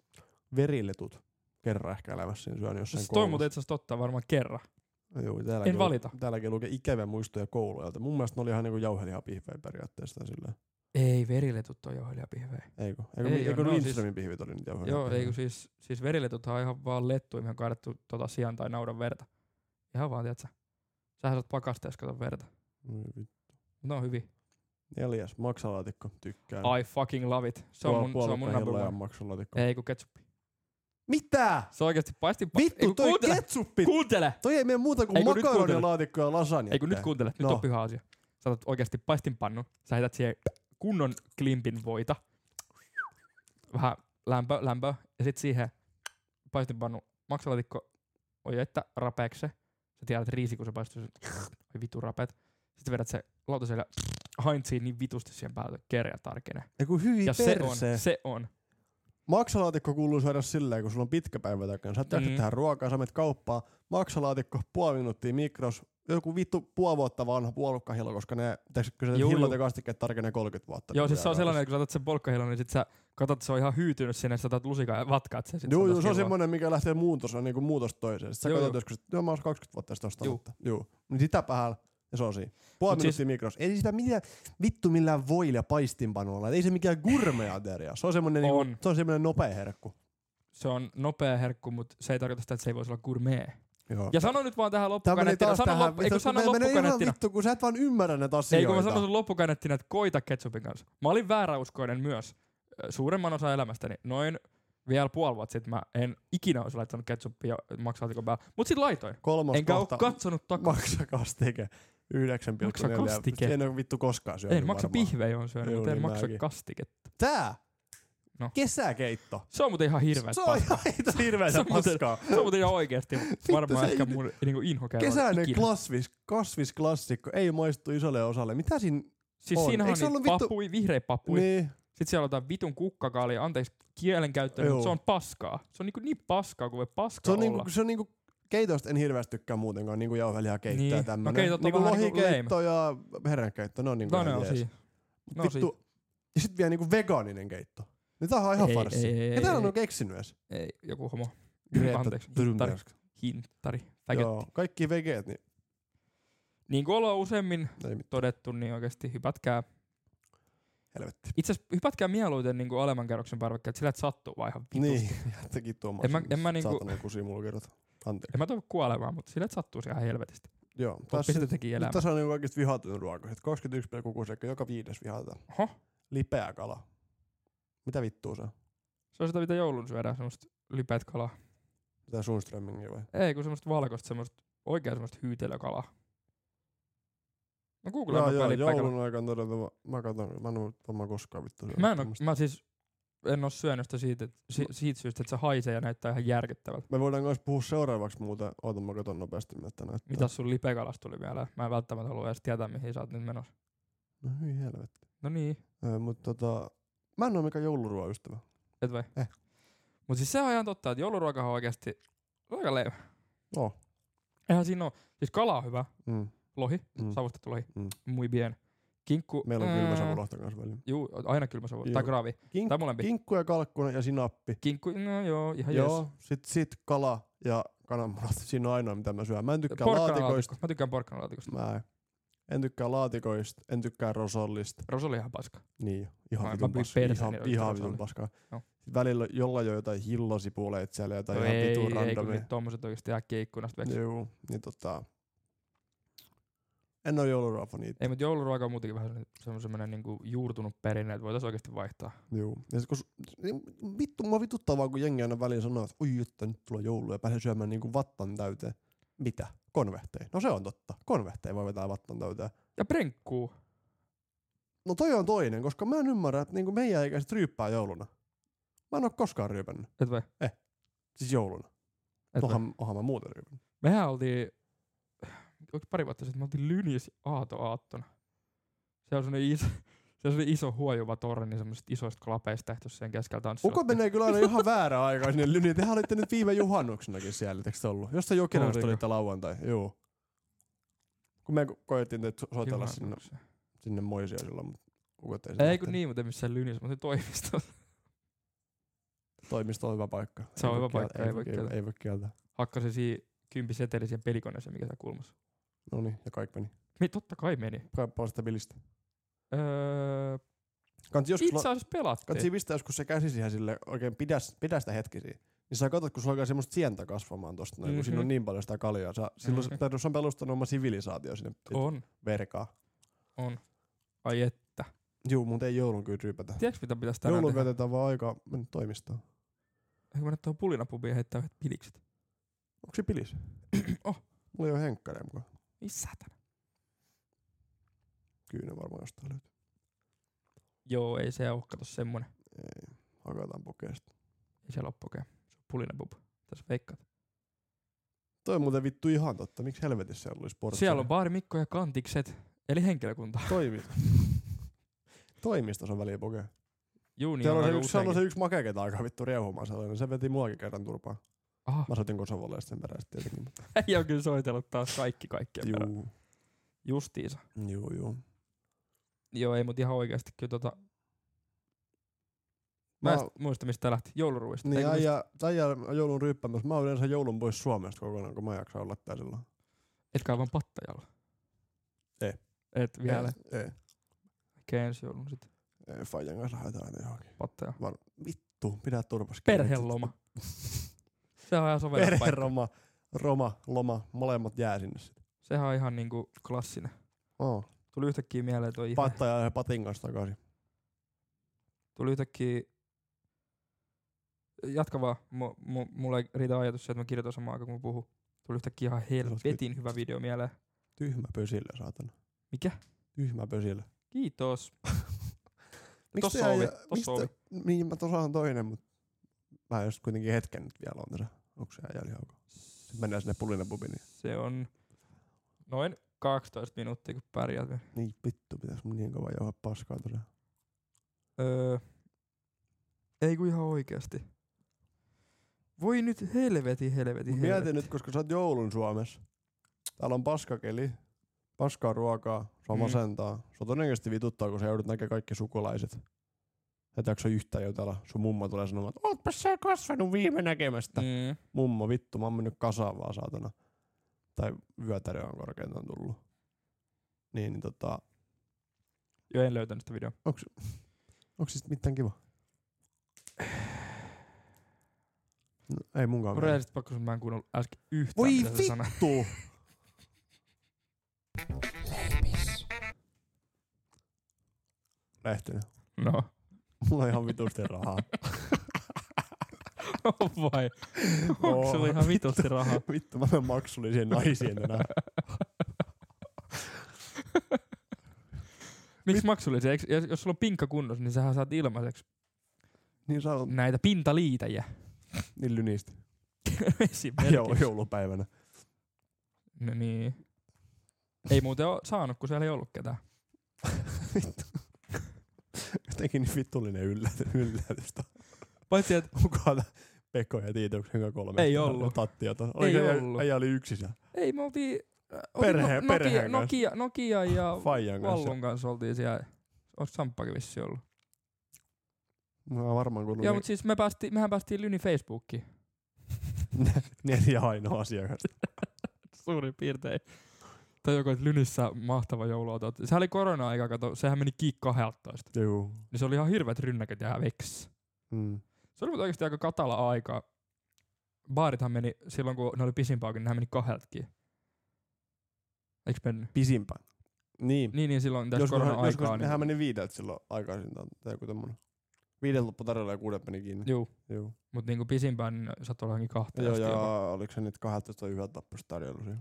[SPEAKER 3] Veriletut kerran ehkä elämässä syön jossain
[SPEAKER 2] Se Siis toi muuten itse asiassa totta varmaan kerran.
[SPEAKER 3] Joo,
[SPEAKER 2] En
[SPEAKER 3] täälläkin,
[SPEAKER 2] valita.
[SPEAKER 3] Täälläkin lukee ikäviä muistoja kouluilta. Mun mielestä ne oli ihan niinku jauhelihapihvejä periaatteessa silleen.
[SPEAKER 2] Ei, veriletut on jauhelijapihvejä.
[SPEAKER 3] Eikö? Eikö,
[SPEAKER 2] Ei
[SPEAKER 3] ei,
[SPEAKER 2] oo,
[SPEAKER 3] eikö
[SPEAKER 2] ne on siis-
[SPEAKER 3] Lindströmin pihvit oli niitä
[SPEAKER 2] Joo, ei kun
[SPEAKER 3] jauhelihapihvejä?
[SPEAKER 2] siis, siis veriletuthan on ihan vaan lettu, mihin on kaadettu tota sian tai naudan verta. Ihan vaan, tiedätkö? Sähän saat pakasteessa kato verta.
[SPEAKER 3] Voi vittu.
[SPEAKER 2] Ne on hyviä.
[SPEAKER 3] Neljäs, maksalaatikko, tykkään.
[SPEAKER 2] I fucking love it. Se on mun, Eh. se on mun number one.
[SPEAKER 3] maksalaatikko.
[SPEAKER 2] Ei kun ketsuppi.
[SPEAKER 3] Mitä?
[SPEAKER 2] Se oikeesti paisti pa- ei,
[SPEAKER 3] Vittu,
[SPEAKER 2] kun
[SPEAKER 3] toi
[SPEAKER 2] kuuntele,
[SPEAKER 3] ketsuppi.
[SPEAKER 2] kuuntele!
[SPEAKER 3] Toi ei mene muuta
[SPEAKER 2] Ei,
[SPEAKER 3] kuin
[SPEAKER 2] kun nyt kuuntele.
[SPEAKER 3] makaronilaatikko ja lasagna.
[SPEAKER 2] Ei kun nyt kuuntele, nyt
[SPEAKER 3] No.
[SPEAKER 2] on pyhä asia. Sä otat oikeesti paistinpannu, sä heität siihen kunnon klimpin voita, vähän lämpö, lämpö, ja sit siihen paistinpannu maksalaatikko ojetta rapeeksi se. Sä tiedät että riisi, kun sä paistuu, se- oi vitu rapeet. Sitten vedät se lautaselle haintsiin niin vitusti siihen päälle, että kerja tarkenee.
[SPEAKER 3] Ei kun hyi
[SPEAKER 2] Ja se on,
[SPEAKER 3] Niin perse.
[SPEAKER 2] se on.
[SPEAKER 3] Maksalaatikko kuuluu syödä silleen, kun sulla on pitkä päivä takana. Sä et jaksa
[SPEAKER 2] Mm.
[SPEAKER 3] tehdä ruokaa, sä menet kauppaan. Maksalaatikko, puoli minuuttia mikros. Joku vittu puoli vuotta vanha puolukkahillo, koska ne teeksi, kyllä
[SPEAKER 2] Juu,
[SPEAKER 3] se hillot
[SPEAKER 2] juu.
[SPEAKER 3] ja kastikkeet tarkenee 30 vuotta.
[SPEAKER 2] Joo,
[SPEAKER 3] niin
[SPEAKER 2] siis se on
[SPEAKER 3] jääkaapissa.
[SPEAKER 2] sellainen, että kun sä otat sen polkkahilon, niin sit sä katsot, että se on ihan hyytynyt sinne, sä otat lusikan ja vatkaat sen. sit
[SPEAKER 3] Joo,
[SPEAKER 2] sä
[SPEAKER 3] joo,
[SPEAKER 2] taas
[SPEAKER 3] se on
[SPEAKER 2] hilloa.
[SPEAKER 3] semmoinen, mikä lähtee muutos, on niinku muutos toiseen. Sitten sä
[SPEAKER 2] Joo,
[SPEAKER 3] katsot
[SPEAKER 2] joo.
[SPEAKER 3] joskus, että joo, mä oon 20 vuotta sitten
[SPEAKER 2] Juu.
[SPEAKER 3] ostanut. Joo. Niin sitä päällä, ja se on siinä. Puoli
[SPEAKER 2] Mut siis-
[SPEAKER 3] minuuttia siis... mikros. Ei sitä mitään vittu millään voilla paistinpanoilla. Et Ei se mikään gourmetateria. Se on semmoinen, niinku,
[SPEAKER 2] On.
[SPEAKER 3] se on semmoinen nopea herkku.
[SPEAKER 2] se on nopea herkku, mutta se ei tarkoita sitä, että se ei voisi olla gourmet.
[SPEAKER 3] Joo.
[SPEAKER 2] Ja sanon nyt vaan tähän
[SPEAKER 3] Tää meni
[SPEAKER 2] loppukaneettina.
[SPEAKER 3] taas
[SPEAKER 2] Sano
[SPEAKER 3] tähän.
[SPEAKER 2] loppu, ei kun
[SPEAKER 3] Vittu,
[SPEAKER 2] sano
[SPEAKER 3] mä menen ihan
[SPEAKER 2] loppukaneettina.
[SPEAKER 3] vittu, kun sä et vaan ymmärrä näitä
[SPEAKER 2] Ei
[SPEAKER 3] asioita.
[SPEAKER 2] kun mä sanon sun loppukaneettina, että koita ketsupin kanssa. Mä olin vääräuskoinen myös ö, suuremman osan elämästäni. Noin vielä puoli vuotta sitten mä en ikinä olisi laittanut ketsuppia maksaatikon päälle. Mut sit laitoin.
[SPEAKER 3] Kolmas
[SPEAKER 2] Enkä oo
[SPEAKER 3] kohta.
[SPEAKER 2] katsonut takaa.
[SPEAKER 3] Maksakastike. 9,4.
[SPEAKER 2] Maksakastike.
[SPEAKER 3] En ole vittu koskaan syönyt
[SPEAKER 2] En maksa
[SPEAKER 3] varmaan.
[SPEAKER 2] pihvejä on syönyt,
[SPEAKER 3] Joo,
[SPEAKER 2] mutta en
[SPEAKER 3] niin
[SPEAKER 2] maksa
[SPEAKER 3] mäkin.
[SPEAKER 2] kastiket.
[SPEAKER 3] Tää!
[SPEAKER 2] No.
[SPEAKER 3] Kesäkeitto.
[SPEAKER 2] Se on muuten ihan hirveä
[SPEAKER 3] Se on
[SPEAKER 2] paskaa.
[SPEAKER 3] ihan hito hirveätä
[SPEAKER 2] Se on muuten-
[SPEAKER 3] paskaa.
[SPEAKER 2] Se on muuten ihan oikeesti varmaan
[SPEAKER 3] se
[SPEAKER 2] ehkä
[SPEAKER 3] ei-
[SPEAKER 2] mun niinku inhokerro.
[SPEAKER 3] Kesäinen
[SPEAKER 2] ikinä.
[SPEAKER 3] klasvis, kasvisklassikko ei maistu isolle osalle. Mitä siinä?
[SPEAKER 2] Siis
[SPEAKER 3] on.
[SPEAKER 2] siinähän
[SPEAKER 3] Eikö se
[SPEAKER 2] on niitä
[SPEAKER 3] ollut vittu-
[SPEAKER 2] pappui, vihreä pappui.
[SPEAKER 3] Niin.
[SPEAKER 2] Sitten siellä on tää vitun kukkakaalia, anteeksi kielenkäyttö,
[SPEAKER 3] Joo.
[SPEAKER 2] mutta se on paskaa. Se on niinku niin paskaa kuin voi
[SPEAKER 3] Se
[SPEAKER 2] paskaa
[SPEAKER 3] on,
[SPEAKER 2] olla.
[SPEAKER 3] niinku, se on niinku, keitoista en hirveästi tykkää muutenkaan, niinku jauhelihaa keittää
[SPEAKER 2] Niin.
[SPEAKER 3] niin.
[SPEAKER 2] No keitot on
[SPEAKER 3] tämmönen. niinku
[SPEAKER 2] vähän niinku
[SPEAKER 3] lohikeitto ja herrankeitto, ne on niinku
[SPEAKER 2] no ne
[SPEAKER 3] ihan
[SPEAKER 2] on
[SPEAKER 3] jees.
[SPEAKER 2] siinä. No
[SPEAKER 3] No, vittu. Ja sit vielä niinku vegaaninen keitto. Niin tää on ihan
[SPEAKER 2] Ei,
[SPEAKER 3] farsi.
[SPEAKER 2] ei, ei,
[SPEAKER 3] Ketä
[SPEAKER 2] ei,
[SPEAKER 3] on
[SPEAKER 2] ei.
[SPEAKER 3] on keksinyt edes?
[SPEAKER 2] Ei, joku homo.
[SPEAKER 3] Greta
[SPEAKER 2] Anteeksi,
[SPEAKER 3] Thunberg.
[SPEAKER 2] hintari. Hintari. Faggot.
[SPEAKER 3] Joo, kaikki vegeet, niin
[SPEAKER 2] Niin kuin ollaan useimmin
[SPEAKER 3] ei mitään.
[SPEAKER 2] todettu, niin oikeasti hypätkää.
[SPEAKER 3] Helvetti.
[SPEAKER 2] Itse asiassa hypätkää mieluiten niin kuin alemman kerroksen parvekkeet, sillä et sattuu vaan ihan vitusti.
[SPEAKER 3] Niin, jättäkin tuomaan.
[SPEAKER 2] En mä- en mä niinku-
[SPEAKER 3] Saatanan kusimulkerot. Anteeksi.
[SPEAKER 2] En mä toivo kuolemaa, mutta sillä et sattuu se ihan helvetisti.
[SPEAKER 3] Joo,
[SPEAKER 2] Oppi
[SPEAKER 3] tässä
[SPEAKER 2] sitä teki
[SPEAKER 3] Nyt
[SPEAKER 2] elämä.
[SPEAKER 3] tässä on niinku kaikista vihatun ruoka. 21,6 sekkaa, joka viides vihata.
[SPEAKER 2] Oho.
[SPEAKER 3] Lipeä kala. Mitä vittua se on?
[SPEAKER 2] Se on sitä, mitä joulun syödään, semmoista lipeät kalaa.
[SPEAKER 3] Mitä Sundströmmingia vai?
[SPEAKER 2] Ei, kun semmoista valkoista, semmoista oikein semmoista hyytelökalaa. No googlaan
[SPEAKER 3] Joo,
[SPEAKER 2] nopea
[SPEAKER 3] joo,
[SPEAKER 2] lipeäkala.
[SPEAKER 3] joulun aikaan todella. Mä katon, mä en oo varmaan koskaan vittu. syönyt
[SPEAKER 2] Mä, en oo,
[SPEAKER 3] tämmöstä.
[SPEAKER 2] mä siis en oo syönyt sitä siitä, si, siitä syystä, että se haisee ja näyttää ihan järkyttävältä.
[SPEAKER 3] Me voidaan myös puhua seuraavaksi muuten. Oota, mä katon nopeasti, mitä näyttää.
[SPEAKER 2] Mitä sun lipekalasta tuli vielä? Mä en välttämättä halua edes tietää, mihin sä oot nyt menossa.
[SPEAKER 3] No hyi helvetti.
[SPEAKER 2] No niin,
[SPEAKER 3] Ö, mut tota, mä en oo mikään jouluruoaystävä.
[SPEAKER 2] et vai?
[SPEAKER 3] Eh.
[SPEAKER 2] Mut siis se on ihan totta, että jouluruoka on oikeasti aika leimä.
[SPEAKER 3] Oh.
[SPEAKER 2] Eihän siinä oo. Siis kala on hyvä,
[SPEAKER 3] Mm.
[SPEAKER 2] lohi,
[SPEAKER 3] Mm.
[SPEAKER 2] savustettu lohi,
[SPEAKER 3] Mm.
[SPEAKER 2] muy bien. Kinkku.
[SPEAKER 3] Meillä on
[SPEAKER 2] ää,
[SPEAKER 3] kylmä savulohta kanssa väliin.
[SPEAKER 2] Juu, aina kylmä savu. Tai
[SPEAKER 3] Joo.
[SPEAKER 2] gravi.
[SPEAKER 3] Kink,
[SPEAKER 2] Tai molempi.
[SPEAKER 3] kinkku ja kalkkuna ja sinappi.
[SPEAKER 2] Kinkku, no joo, ihan jees.
[SPEAKER 3] Joo, sit, sit kala ja kananmunat. Siinä on ainoa, mitä mä syön. Mä en tykkää laatikoista.
[SPEAKER 2] Porkkanalaatikko. Mä tykkään porkkanalaatikosta.
[SPEAKER 3] Mä en. en tykkää laatikoista, en tykkää rosollista.
[SPEAKER 2] Rosoli ihan paska.
[SPEAKER 3] Niin,
[SPEAKER 2] Mä-
[SPEAKER 3] ihan
[SPEAKER 2] mä
[SPEAKER 3] vitun
[SPEAKER 2] pyin
[SPEAKER 3] paskaa.
[SPEAKER 2] perseeni
[SPEAKER 3] Ihan,
[SPEAKER 2] oikein
[SPEAKER 3] ihan
[SPEAKER 2] rosolli.
[SPEAKER 3] vitun paskaa.
[SPEAKER 2] Joo.
[SPEAKER 3] Sit välillä jollain on jotain hillosipuleita siellä, jotain
[SPEAKER 2] No
[SPEAKER 3] ihan
[SPEAKER 2] ei,
[SPEAKER 3] vitun
[SPEAKER 2] ei, kun
[SPEAKER 3] randomia.
[SPEAKER 2] nyt tommoset oikeesti äkkiä ikkunasta veksi.
[SPEAKER 3] Joo, niin tota... En oo jouluruofani itse.
[SPEAKER 2] Ei, mutta jouluruoka on muutenkin vähän semmoinen niinku juurtunut perinne, että voitaisiin oikeasti vaihtaa.
[SPEAKER 3] Joo. Ja sit kun, s- niin vittu, mua vituttaa vaan, kun jengi aina väliin sanoo, että oi, että nyt tulee joulu ja pääsee syömään niinku vattan täyteen. Mitä? Konvehtei. No se on totta. Konvehtei voi vetää vattan täyteen.
[SPEAKER 2] Ja prenkkuu.
[SPEAKER 3] No toi on toinen, koska mä en ymmärrä, että niinku meidän ikäiset ryyppää jouluna. Mä en oo koskaan ryypännyt.
[SPEAKER 2] Et vai?
[SPEAKER 3] Siis jouluna.
[SPEAKER 2] Et vai?
[SPEAKER 3] Ohan, ohan mä muuten ryypännyt.
[SPEAKER 2] Mehän oltiin, oliko pari vuotta sitten, me oltiin Lynis aatoaattona. Se on semmonen iso, se on semmonen iso huojuva torni semmoisista isoista klapeista tehty sen keskellä tanssilla.
[SPEAKER 3] Uko menee kyllä aina ihan väärä aika sinne lyniin. Tehän olitte nyt viime juhannuksenakin siellä, etteikö te ollut? Jos te jokinasta
[SPEAKER 2] Oliko?
[SPEAKER 3] olitte lauantai, juu. Kun me ko- koettiin teitä so- soitella sinne, sinne moisia silloin, mutta Ukot ei,
[SPEAKER 2] Ei kun niin, mutta ei missään Lynissä, mutta toimistossa.
[SPEAKER 3] Toimisto on hyvä paikka.
[SPEAKER 2] Se on
[SPEAKER 3] Ei
[SPEAKER 2] hyvä
[SPEAKER 3] voi
[SPEAKER 2] paikka,
[SPEAKER 3] kieltää- ei voi kieltää. Ei voi kieltää.
[SPEAKER 2] Hakkasin siihen kympi seteli siihen pelikoneeseen, mikä siellä kulmassa.
[SPEAKER 3] No niin, ja kaikki meni.
[SPEAKER 2] Me totta kai meni.
[SPEAKER 3] Kaipaa sitä bilistä.
[SPEAKER 2] Öö,
[SPEAKER 3] Kansi joskus,
[SPEAKER 2] itse asiassa
[SPEAKER 3] Katsi
[SPEAKER 2] pelattiin.
[SPEAKER 3] pistää joskus se käsi siihen sille oikein pidä, pidä sitä hetki siihen. Niin sä katsot, kun sulla alkaa semmoista sientä kasvamaan tosta noin, mm-hmm. kun siinä
[SPEAKER 2] Mhm.
[SPEAKER 3] on niin paljon sitä kaljaa. Sä, silloin mm-hmm.
[SPEAKER 2] Mhm.
[SPEAKER 3] se, tai se on pelustanut oma sivilisaatio sinne oh.
[SPEAKER 2] On,
[SPEAKER 3] verkaan.
[SPEAKER 2] on. Ai et.
[SPEAKER 3] Juu, mutta ei joulun kyllä ryypätä.
[SPEAKER 2] Tiedätkö mitä pitäisi tänään
[SPEAKER 3] Joulun
[SPEAKER 2] tehdä?
[SPEAKER 3] käytetään vaan aikaa mennä toimistoon.
[SPEAKER 2] Eikö mennä tuohon pulinapubiin ja heittää yhdet pilikset?
[SPEAKER 3] Onko se pilis?
[SPEAKER 2] oh,
[SPEAKER 3] Mulla ei ole henkkareja mukaan.
[SPEAKER 2] ei satana.
[SPEAKER 3] Kyynä varmaan jostain löytyy.
[SPEAKER 2] Joo, ei se ole kato semmonen.
[SPEAKER 3] Ei. Hakataan pokeesta.
[SPEAKER 2] Ei se loppukea. Se on pulinapub. Tässä veikkaat.
[SPEAKER 3] Toi on muuten vittu ihan totta. Miksi helvetissä siellä olisi portsari?
[SPEAKER 2] Siellä on baari Mikko ja kantikset, eli henkilökunta.
[SPEAKER 3] Toimi. Toimistossa on väliä pokea.
[SPEAKER 2] Juu, niin
[SPEAKER 3] Siellä on se
[SPEAKER 2] aika
[SPEAKER 3] yksi, siellä on se
[SPEAKER 2] useinkin.
[SPEAKER 3] yksi makea, ketä alkaa vittu riehumaan sellainen. Se veti muakin kerran turpaan.
[SPEAKER 2] Aha,
[SPEAKER 3] Mä soitin Kosovolle ja sitten perästä tietenkin. mutta-
[SPEAKER 2] ei on kyllä soitellut taas kaikki kaikkien perään.
[SPEAKER 3] Juu,
[SPEAKER 2] Justiinsa.
[SPEAKER 3] juu, juu.
[SPEAKER 2] Joo, ei mut ihan oikeasti kyllä tota... Mä,
[SPEAKER 3] Mä-
[SPEAKER 2] en sit muista mistä tää lähti. Jouluruista.
[SPEAKER 3] Niin
[SPEAKER 2] Eikö mistä-
[SPEAKER 3] äijä, äijä on joulun ryppäämässä. Mä oon yleensä joulun pois Suomesta kokonaan, kun mä en jaksa olla tää silloin.
[SPEAKER 2] Etkä aivan pattajalla.
[SPEAKER 3] Ei.
[SPEAKER 2] Et vielä.
[SPEAKER 3] Ei, ei.
[SPEAKER 2] Ehkä ensi joulun sit
[SPEAKER 3] ei Fajan kanssa lähdetään aina johonkin.
[SPEAKER 2] pattaja.
[SPEAKER 3] Tuu, pidä turpas kiinni.
[SPEAKER 2] Perheloma. Se on ihan sovelluspaikka.
[SPEAKER 3] Perheroma. Roma, loma, molemmat jää sinne sitten.
[SPEAKER 2] Sehän on ihan niinku klassinen.
[SPEAKER 3] Oh.
[SPEAKER 2] Tuli yhtäkkiä mieleen toi ihme.
[SPEAKER 3] Patta ja patin kanssa takaisin.
[SPEAKER 2] Tuli yhtäkkiä... Jatka vaan. Mu- mu- mulla ei riitä ajatus se, että mä kirjoitan samaan aikaan, kun mä puhun. Tuli yhtäkkiä ihan helvetin hyvä video mieleen.
[SPEAKER 3] Tyhmä pösillä, saatana.
[SPEAKER 2] Mikä?
[SPEAKER 3] Tyhmä pösillä.
[SPEAKER 2] Kiitos.
[SPEAKER 3] Miksi
[SPEAKER 2] Tossa
[SPEAKER 3] te
[SPEAKER 2] oli,
[SPEAKER 3] äijä-
[SPEAKER 2] tossa
[SPEAKER 3] miksi te-
[SPEAKER 2] oli.
[SPEAKER 3] Niin, mä tuossa on toinen, mutta mä just kuitenkin hetken nyt vielä on tässä. Onko se äijä lihaukko? Sitten mennään sinne pulinapubiin. niin-
[SPEAKER 2] Se on noin 12 minuuttia, kun pärjäät. vielä.
[SPEAKER 3] Niin vittu, pitäis mun niin kova jauhaa paskaa tuossa.
[SPEAKER 2] Öö, ei kun ihan oikeasti. Voi nyt helveti, helveti,
[SPEAKER 3] Mut
[SPEAKER 2] helveti.
[SPEAKER 3] Mieti nyt, koska sä oot joulun Suomessa. Täällä on paskakeli, paskaa ruokaa, sua
[SPEAKER 2] Mm.
[SPEAKER 3] mm. masentaa. Sua todennäköisesti vituttaa, kun sä joudut näkemään kaikki sukulaiset. Et jaksa yhtään jutella. Sun mummo tulee sanomaan, että ootpa sä kasvanut viime näkemästä. Mm.
[SPEAKER 2] Mm.
[SPEAKER 3] Mummo, vittu, mä oon mennyt kasaan vaan saatana. Tai vyötärö on korkeintaan tullut. Niin, niin tota,
[SPEAKER 2] Joo, en löytänyt sitä videoa.
[SPEAKER 3] onks, onks siis mitään kiva? No, ei munkaan.
[SPEAKER 2] Mun rehellisesti pakko sanoa, mä en kuunnellut äsken yhtään,
[SPEAKER 3] Voi
[SPEAKER 2] mitä se sanoi.
[SPEAKER 3] vittu! Lähtynyt.
[SPEAKER 2] No,
[SPEAKER 3] Mulla on ihan vitusti rahaa.
[SPEAKER 2] oh vai. Onko sulla
[SPEAKER 3] Oo.
[SPEAKER 2] ihan vitusti rahaa?
[SPEAKER 3] Vittu, mä menen maksullisiin naisiin tänään.
[SPEAKER 2] Miksi maksullisia? Eiks- ja Jos sulla on pinkka kunnossa, niin sähän saat ilmaiseksi
[SPEAKER 3] Niin saa
[SPEAKER 2] näitä pintaliitäjiä.
[SPEAKER 3] niin lynistä. Joo,
[SPEAKER 2] Esimerkiksi.
[SPEAKER 3] joulupäivänä.
[SPEAKER 2] No niin. Ei muuten ole saanut, kun siellä ei ollut ketään.
[SPEAKER 3] Vittu. Jotenkin niin vittullinen yllätys. yllätys.
[SPEAKER 2] Paitsi, että
[SPEAKER 3] Mukaan Pekko ja Tiitoksen kanssa kolme.
[SPEAKER 2] Ei ollut.
[SPEAKER 3] Tattia. Oli,
[SPEAKER 2] Ei
[SPEAKER 3] ei
[SPEAKER 2] ollut.
[SPEAKER 3] ollut. Ei, oli yksi siellä.
[SPEAKER 2] Ei, me oltiin... äh,
[SPEAKER 3] Perhe-
[SPEAKER 2] oltiin no, Nokia,
[SPEAKER 3] perheen kanssa.
[SPEAKER 2] Nokia, Nokia ja
[SPEAKER 3] Fajan kanssa.
[SPEAKER 2] Vallun kanssa oltiin siellä. Ois Samppakin vissi ollut.
[SPEAKER 3] Mä oon varmaan
[SPEAKER 2] No,
[SPEAKER 3] kuullut.
[SPEAKER 2] Joo, mutta siis me päästiin, mehän päästiin Lyni Facebookiin.
[SPEAKER 3] Neljä ainoa asiakas.
[SPEAKER 2] Suurin piirtein. Tai joko, että Lynissä mahtava jouluauto. Se oli korona-aika, kato, sehän meni kiik 12.
[SPEAKER 3] Joo.
[SPEAKER 2] Niin se oli ihan hirveät rynnäköt ja veksi.
[SPEAKER 3] Mm.
[SPEAKER 2] Se oli mut oikeasti aika katala aika. Baarithan meni, silloin kun ne oli pisimpaakin, nehän meni kahdeltkin. Eiks mennyt?
[SPEAKER 3] Pisimpään. Niin.
[SPEAKER 2] Niin, niin silloin tässä
[SPEAKER 3] Joskus,
[SPEAKER 2] korona-aikaa.
[SPEAKER 3] joskus
[SPEAKER 2] niin,
[SPEAKER 3] nehän meni viideltä silloin aikaisin tai tai joku tämmönen. Viideltä loppu tarjolla ja kuudet meni kiinni.
[SPEAKER 2] Juu,
[SPEAKER 3] Joo.
[SPEAKER 2] mut niinku pisimpään niin saattoi olla johonkin kahteen
[SPEAKER 3] Joo,
[SPEAKER 2] asti
[SPEAKER 3] ja
[SPEAKER 2] jopa.
[SPEAKER 3] oliko se nyt 12 yhdeltä tappusta tarjolla siinä?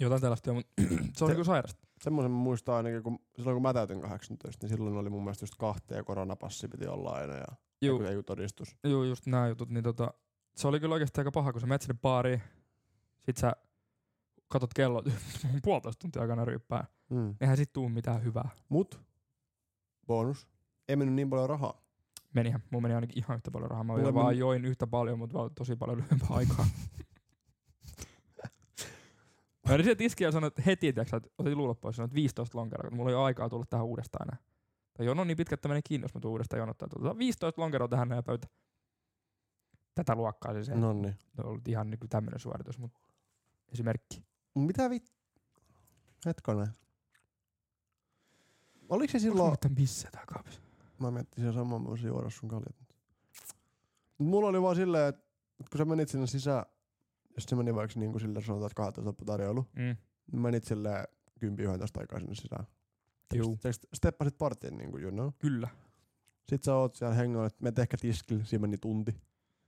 [SPEAKER 2] Jotain tällaista joo, mutta se on
[SPEAKER 3] Se-
[SPEAKER 2] niinku sairasta.
[SPEAKER 3] Semmoisen mä muistan ainakin, kun silloin kun mä täytin 18, niin silloin oli mun mielestä just kahteen ja koronapassi piti olla aina ja
[SPEAKER 2] Juu,
[SPEAKER 3] joku, joku todistus.
[SPEAKER 2] juu, just nämä jutut, niin tota, se oli kyllä oikeasti aika paha, kun sä menet sinne baariin, sit sä katot kello, mun puolitoista tuntia aikana ryyppää.
[SPEAKER 3] Mm.
[SPEAKER 2] Eihän sit tuu mitään hyvää.
[SPEAKER 3] Mut, bonus, ei mennyt niin paljon rahaa.
[SPEAKER 2] Menihän, mulla meni ainakin ihan yhtä paljon rahaa. Mä
[SPEAKER 3] Mulla
[SPEAKER 2] Mulla vaan
[SPEAKER 3] meni-
[SPEAKER 2] join yhtä paljon, mutta vaan tosi paljon lyhyempää aikaa. Mä olin se tiski ja sanoin, että heti, tiiäksä, että otin luulot pois, sanoin, että 15 lonkeroa, kun mulla ei ole aikaa tulla tähän uudestaan enää. Tai jono on niin pitkä, että menee kiinni, jos mä tuun uudestaan jonottaa. Tuota, 15 lonkeroa tähän näin pöytä. Tätä luokkaa siis ei no.
[SPEAKER 3] No niin.
[SPEAKER 2] ollut ihan niin tämmöinen suoritus, mutta esimerkki.
[SPEAKER 3] Mitä vit... Hetkonen. Oliko se
[SPEAKER 2] Onko
[SPEAKER 3] silloin...
[SPEAKER 2] mitään bissejä takaapissa?
[SPEAKER 3] Mä miettisin sen saman, mä voisin juoda sun kaljat. Mut Mulla oli vaan silleen, että et kun sä menit sinne sisään, jos se meni vaikka niin kuin silleen, sanotaan, että 12 lopputarjoilu,
[SPEAKER 2] Mm.
[SPEAKER 3] niin menit silleen 10-11 aikaa sinne sisään.
[SPEAKER 2] Juu,
[SPEAKER 3] Sä steppasit partiin, niin kuin, you know.
[SPEAKER 2] kyllä.
[SPEAKER 3] Sitten sä oot siellä hengoilla, että menet ehkä tiskille, siinä meni tunti.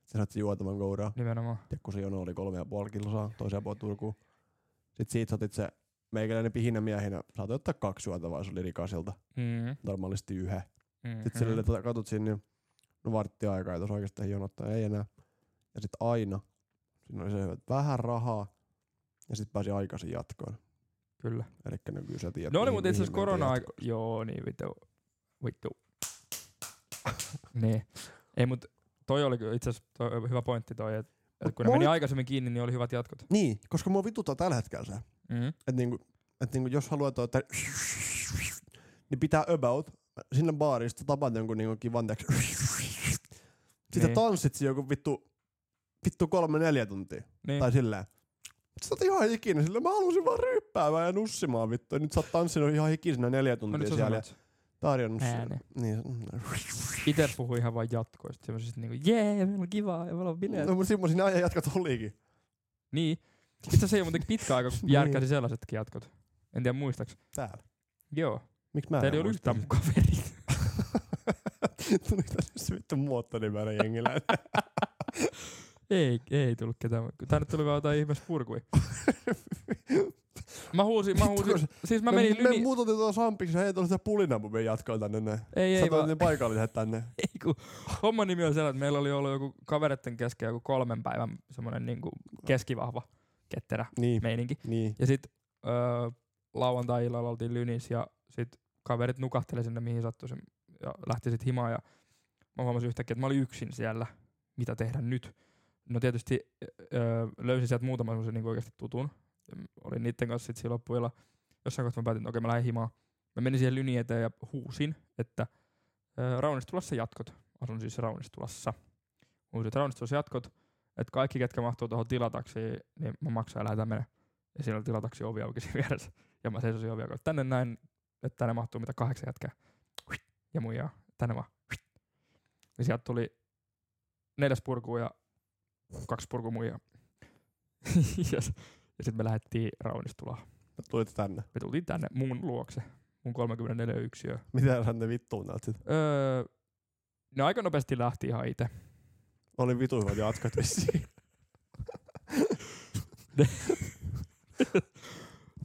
[SPEAKER 3] Sä saat sen juotaman kouraa.
[SPEAKER 2] Nimenomaan.
[SPEAKER 3] Ja kun se jono oli kolme ja puoli kilsaa, toiseen puolella Turkuun. Sitten siitä sä otit se meikäläinen pihinä miehinä, saatoit ottaa kaksi juotavaa, se oli rikasilta,
[SPEAKER 2] Mm.
[SPEAKER 3] normaalisti yhden.
[SPEAKER 2] Mm.
[SPEAKER 3] Sitten sille tota, katot sinne, no vartti aikaa, ja tuossa oikeasti ei jonottaa, ei enää. Ja sitten aina, siinä oli se hyvä, että vähän rahaa, ja sitten pääsi aikaisin jatkoon.
[SPEAKER 2] Kyllä.
[SPEAKER 3] Eli no kyllä sä tiedät,
[SPEAKER 2] Ne oli
[SPEAKER 3] mihin-
[SPEAKER 2] muuten itse
[SPEAKER 3] mihin
[SPEAKER 2] asiassa
[SPEAKER 3] mentiin
[SPEAKER 2] korona-aika.
[SPEAKER 3] jatkoon.
[SPEAKER 2] Joo, niin vittu. Vittu. niin. Ei, mut toi oli kyllä itse asiassa toi- hyvä pointti toi, että et kun ne
[SPEAKER 3] Mut
[SPEAKER 2] meni
[SPEAKER 3] moi-
[SPEAKER 2] aikaisemmin kiinni, niin oli hyvät jatkot.
[SPEAKER 3] Niin, koska mua vituttaa tällä hetkellä se.
[SPEAKER 2] Mm.
[SPEAKER 3] Että niinku, et niinku, jos haluat että niin pitää about sinne baarista tapaat jonkun niinku kivan teoks. Sitten
[SPEAKER 2] Niin.
[SPEAKER 3] tanssit siinä joku vittu, vittu kolme neljä tuntia.
[SPEAKER 2] Niin.
[SPEAKER 3] Tai silleen. Sä oot ihan ikinä sille, mä halusin vaan ryppäämään ja nussimaan vittu. Ja Nyt sä oot tanssinut ihan ikisenä neljä
[SPEAKER 2] No
[SPEAKER 3] tuntia
[SPEAKER 2] nyt sä
[SPEAKER 3] siellä ja
[SPEAKER 2] sanoit.
[SPEAKER 3] tarjonnut sen.
[SPEAKER 2] Ääni.
[SPEAKER 3] Niin.
[SPEAKER 2] Ite puhui ihan vain jatkoista. Semmoisista niinku, jee, meillä on kivaa ja meillä on bileet.
[SPEAKER 3] No, mutta semmoisia ajan jatkat olikin.
[SPEAKER 2] Niin. Itse asiassa ei ole muuten pitkä aika, kun
[SPEAKER 3] Niin.
[SPEAKER 2] järkäsi sellaisetkin jatkot. En tiedä muistaks.
[SPEAKER 3] Täällä.
[SPEAKER 2] Joo.
[SPEAKER 3] Miksi mä
[SPEAKER 2] Teillä ei
[SPEAKER 3] en
[SPEAKER 2] ole
[SPEAKER 3] muista
[SPEAKER 2] yhtään
[SPEAKER 3] sitä?
[SPEAKER 2] mun kaveria.
[SPEAKER 3] Tuli tässä vittu muottonimäärin jengillä.
[SPEAKER 2] Ei, ei tullut ketään. Tänne tuli vaan jotain ihmeessä purkui. Mä huusin, mä
[SPEAKER 3] Vittu, kun
[SPEAKER 2] huusin. Siis mä
[SPEAKER 3] me,
[SPEAKER 2] menin
[SPEAKER 3] me
[SPEAKER 2] lyni...
[SPEAKER 3] muut otetaan tuolla sampiksi, hei tuolla sitä pulinapumia jatkoa tänne näin.
[SPEAKER 2] Ei,
[SPEAKER 3] Sä
[SPEAKER 2] ei
[SPEAKER 3] toit
[SPEAKER 2] vaan.
[SPEAKER 3] ne paikalliset tänne.
[SPEAKER 2] Ei, kun homman nimi on sellainen, että meillä oli ollut joku kavereiden kesken joku kolmen päivän semmoinen niin keskivahva ketterä
[SPEAKER 3] Niin,
[SPEAKER 2] meininki.
[SPEAKER 3] niin.
[SPEAKER 2] Ja sit öö, lauantai-illalla oltiin lynis ja sit kaverit nukahteli sinne mihin sattui sen, ja lähti sit himaan ja mä huomasin yhtäkkiä, että mä olin yksin siellä. Mitä tehdä nyt? No tietysti öö, löysin sieltä muutaman semmoisen niin oikeasti tutun. Ja Olin niiden kanssa sit siinä loppuilla. Jossain kohtaa mä päätin, että okei mä lähden himaan. Mä menin siihen lyni eteen ja huusin, että öö, Raunistulassa jatkot. Asun siis Raunistulassa. Huusin, että Raunistulassa jatkot. Että kaikki, ketkä mahtuu tuohon tilataksiin, niin mä maksan ja lähdetään mennä. Ja siinä oli tilataksi ovi auki siinä vieressä. Ja mä seisosin ovia kautta. Tänne näin, että tänne mahtuu mitä kahdeksan jätkää. Huit. Ja muijaa. Tänne vaan. Huit. Ja sieltä tuli neljäs purku ja kaksi purku muijaa. ja sitten me lähdettiin Raunistulaan.
[SPEAKER 3] Tulit tänne.
[SPEAKER 2] Me tultiin tänne mun luokse. Mun 34 yksiö.
[SPEAKER 3] Mitä sä ne vittuun näet sit?
[SPEAKER 2] Öö, ne aika nopeasti lähti ihan itse.
[SPEAKER 3] Oli vitu hyvät jatkat vissiin.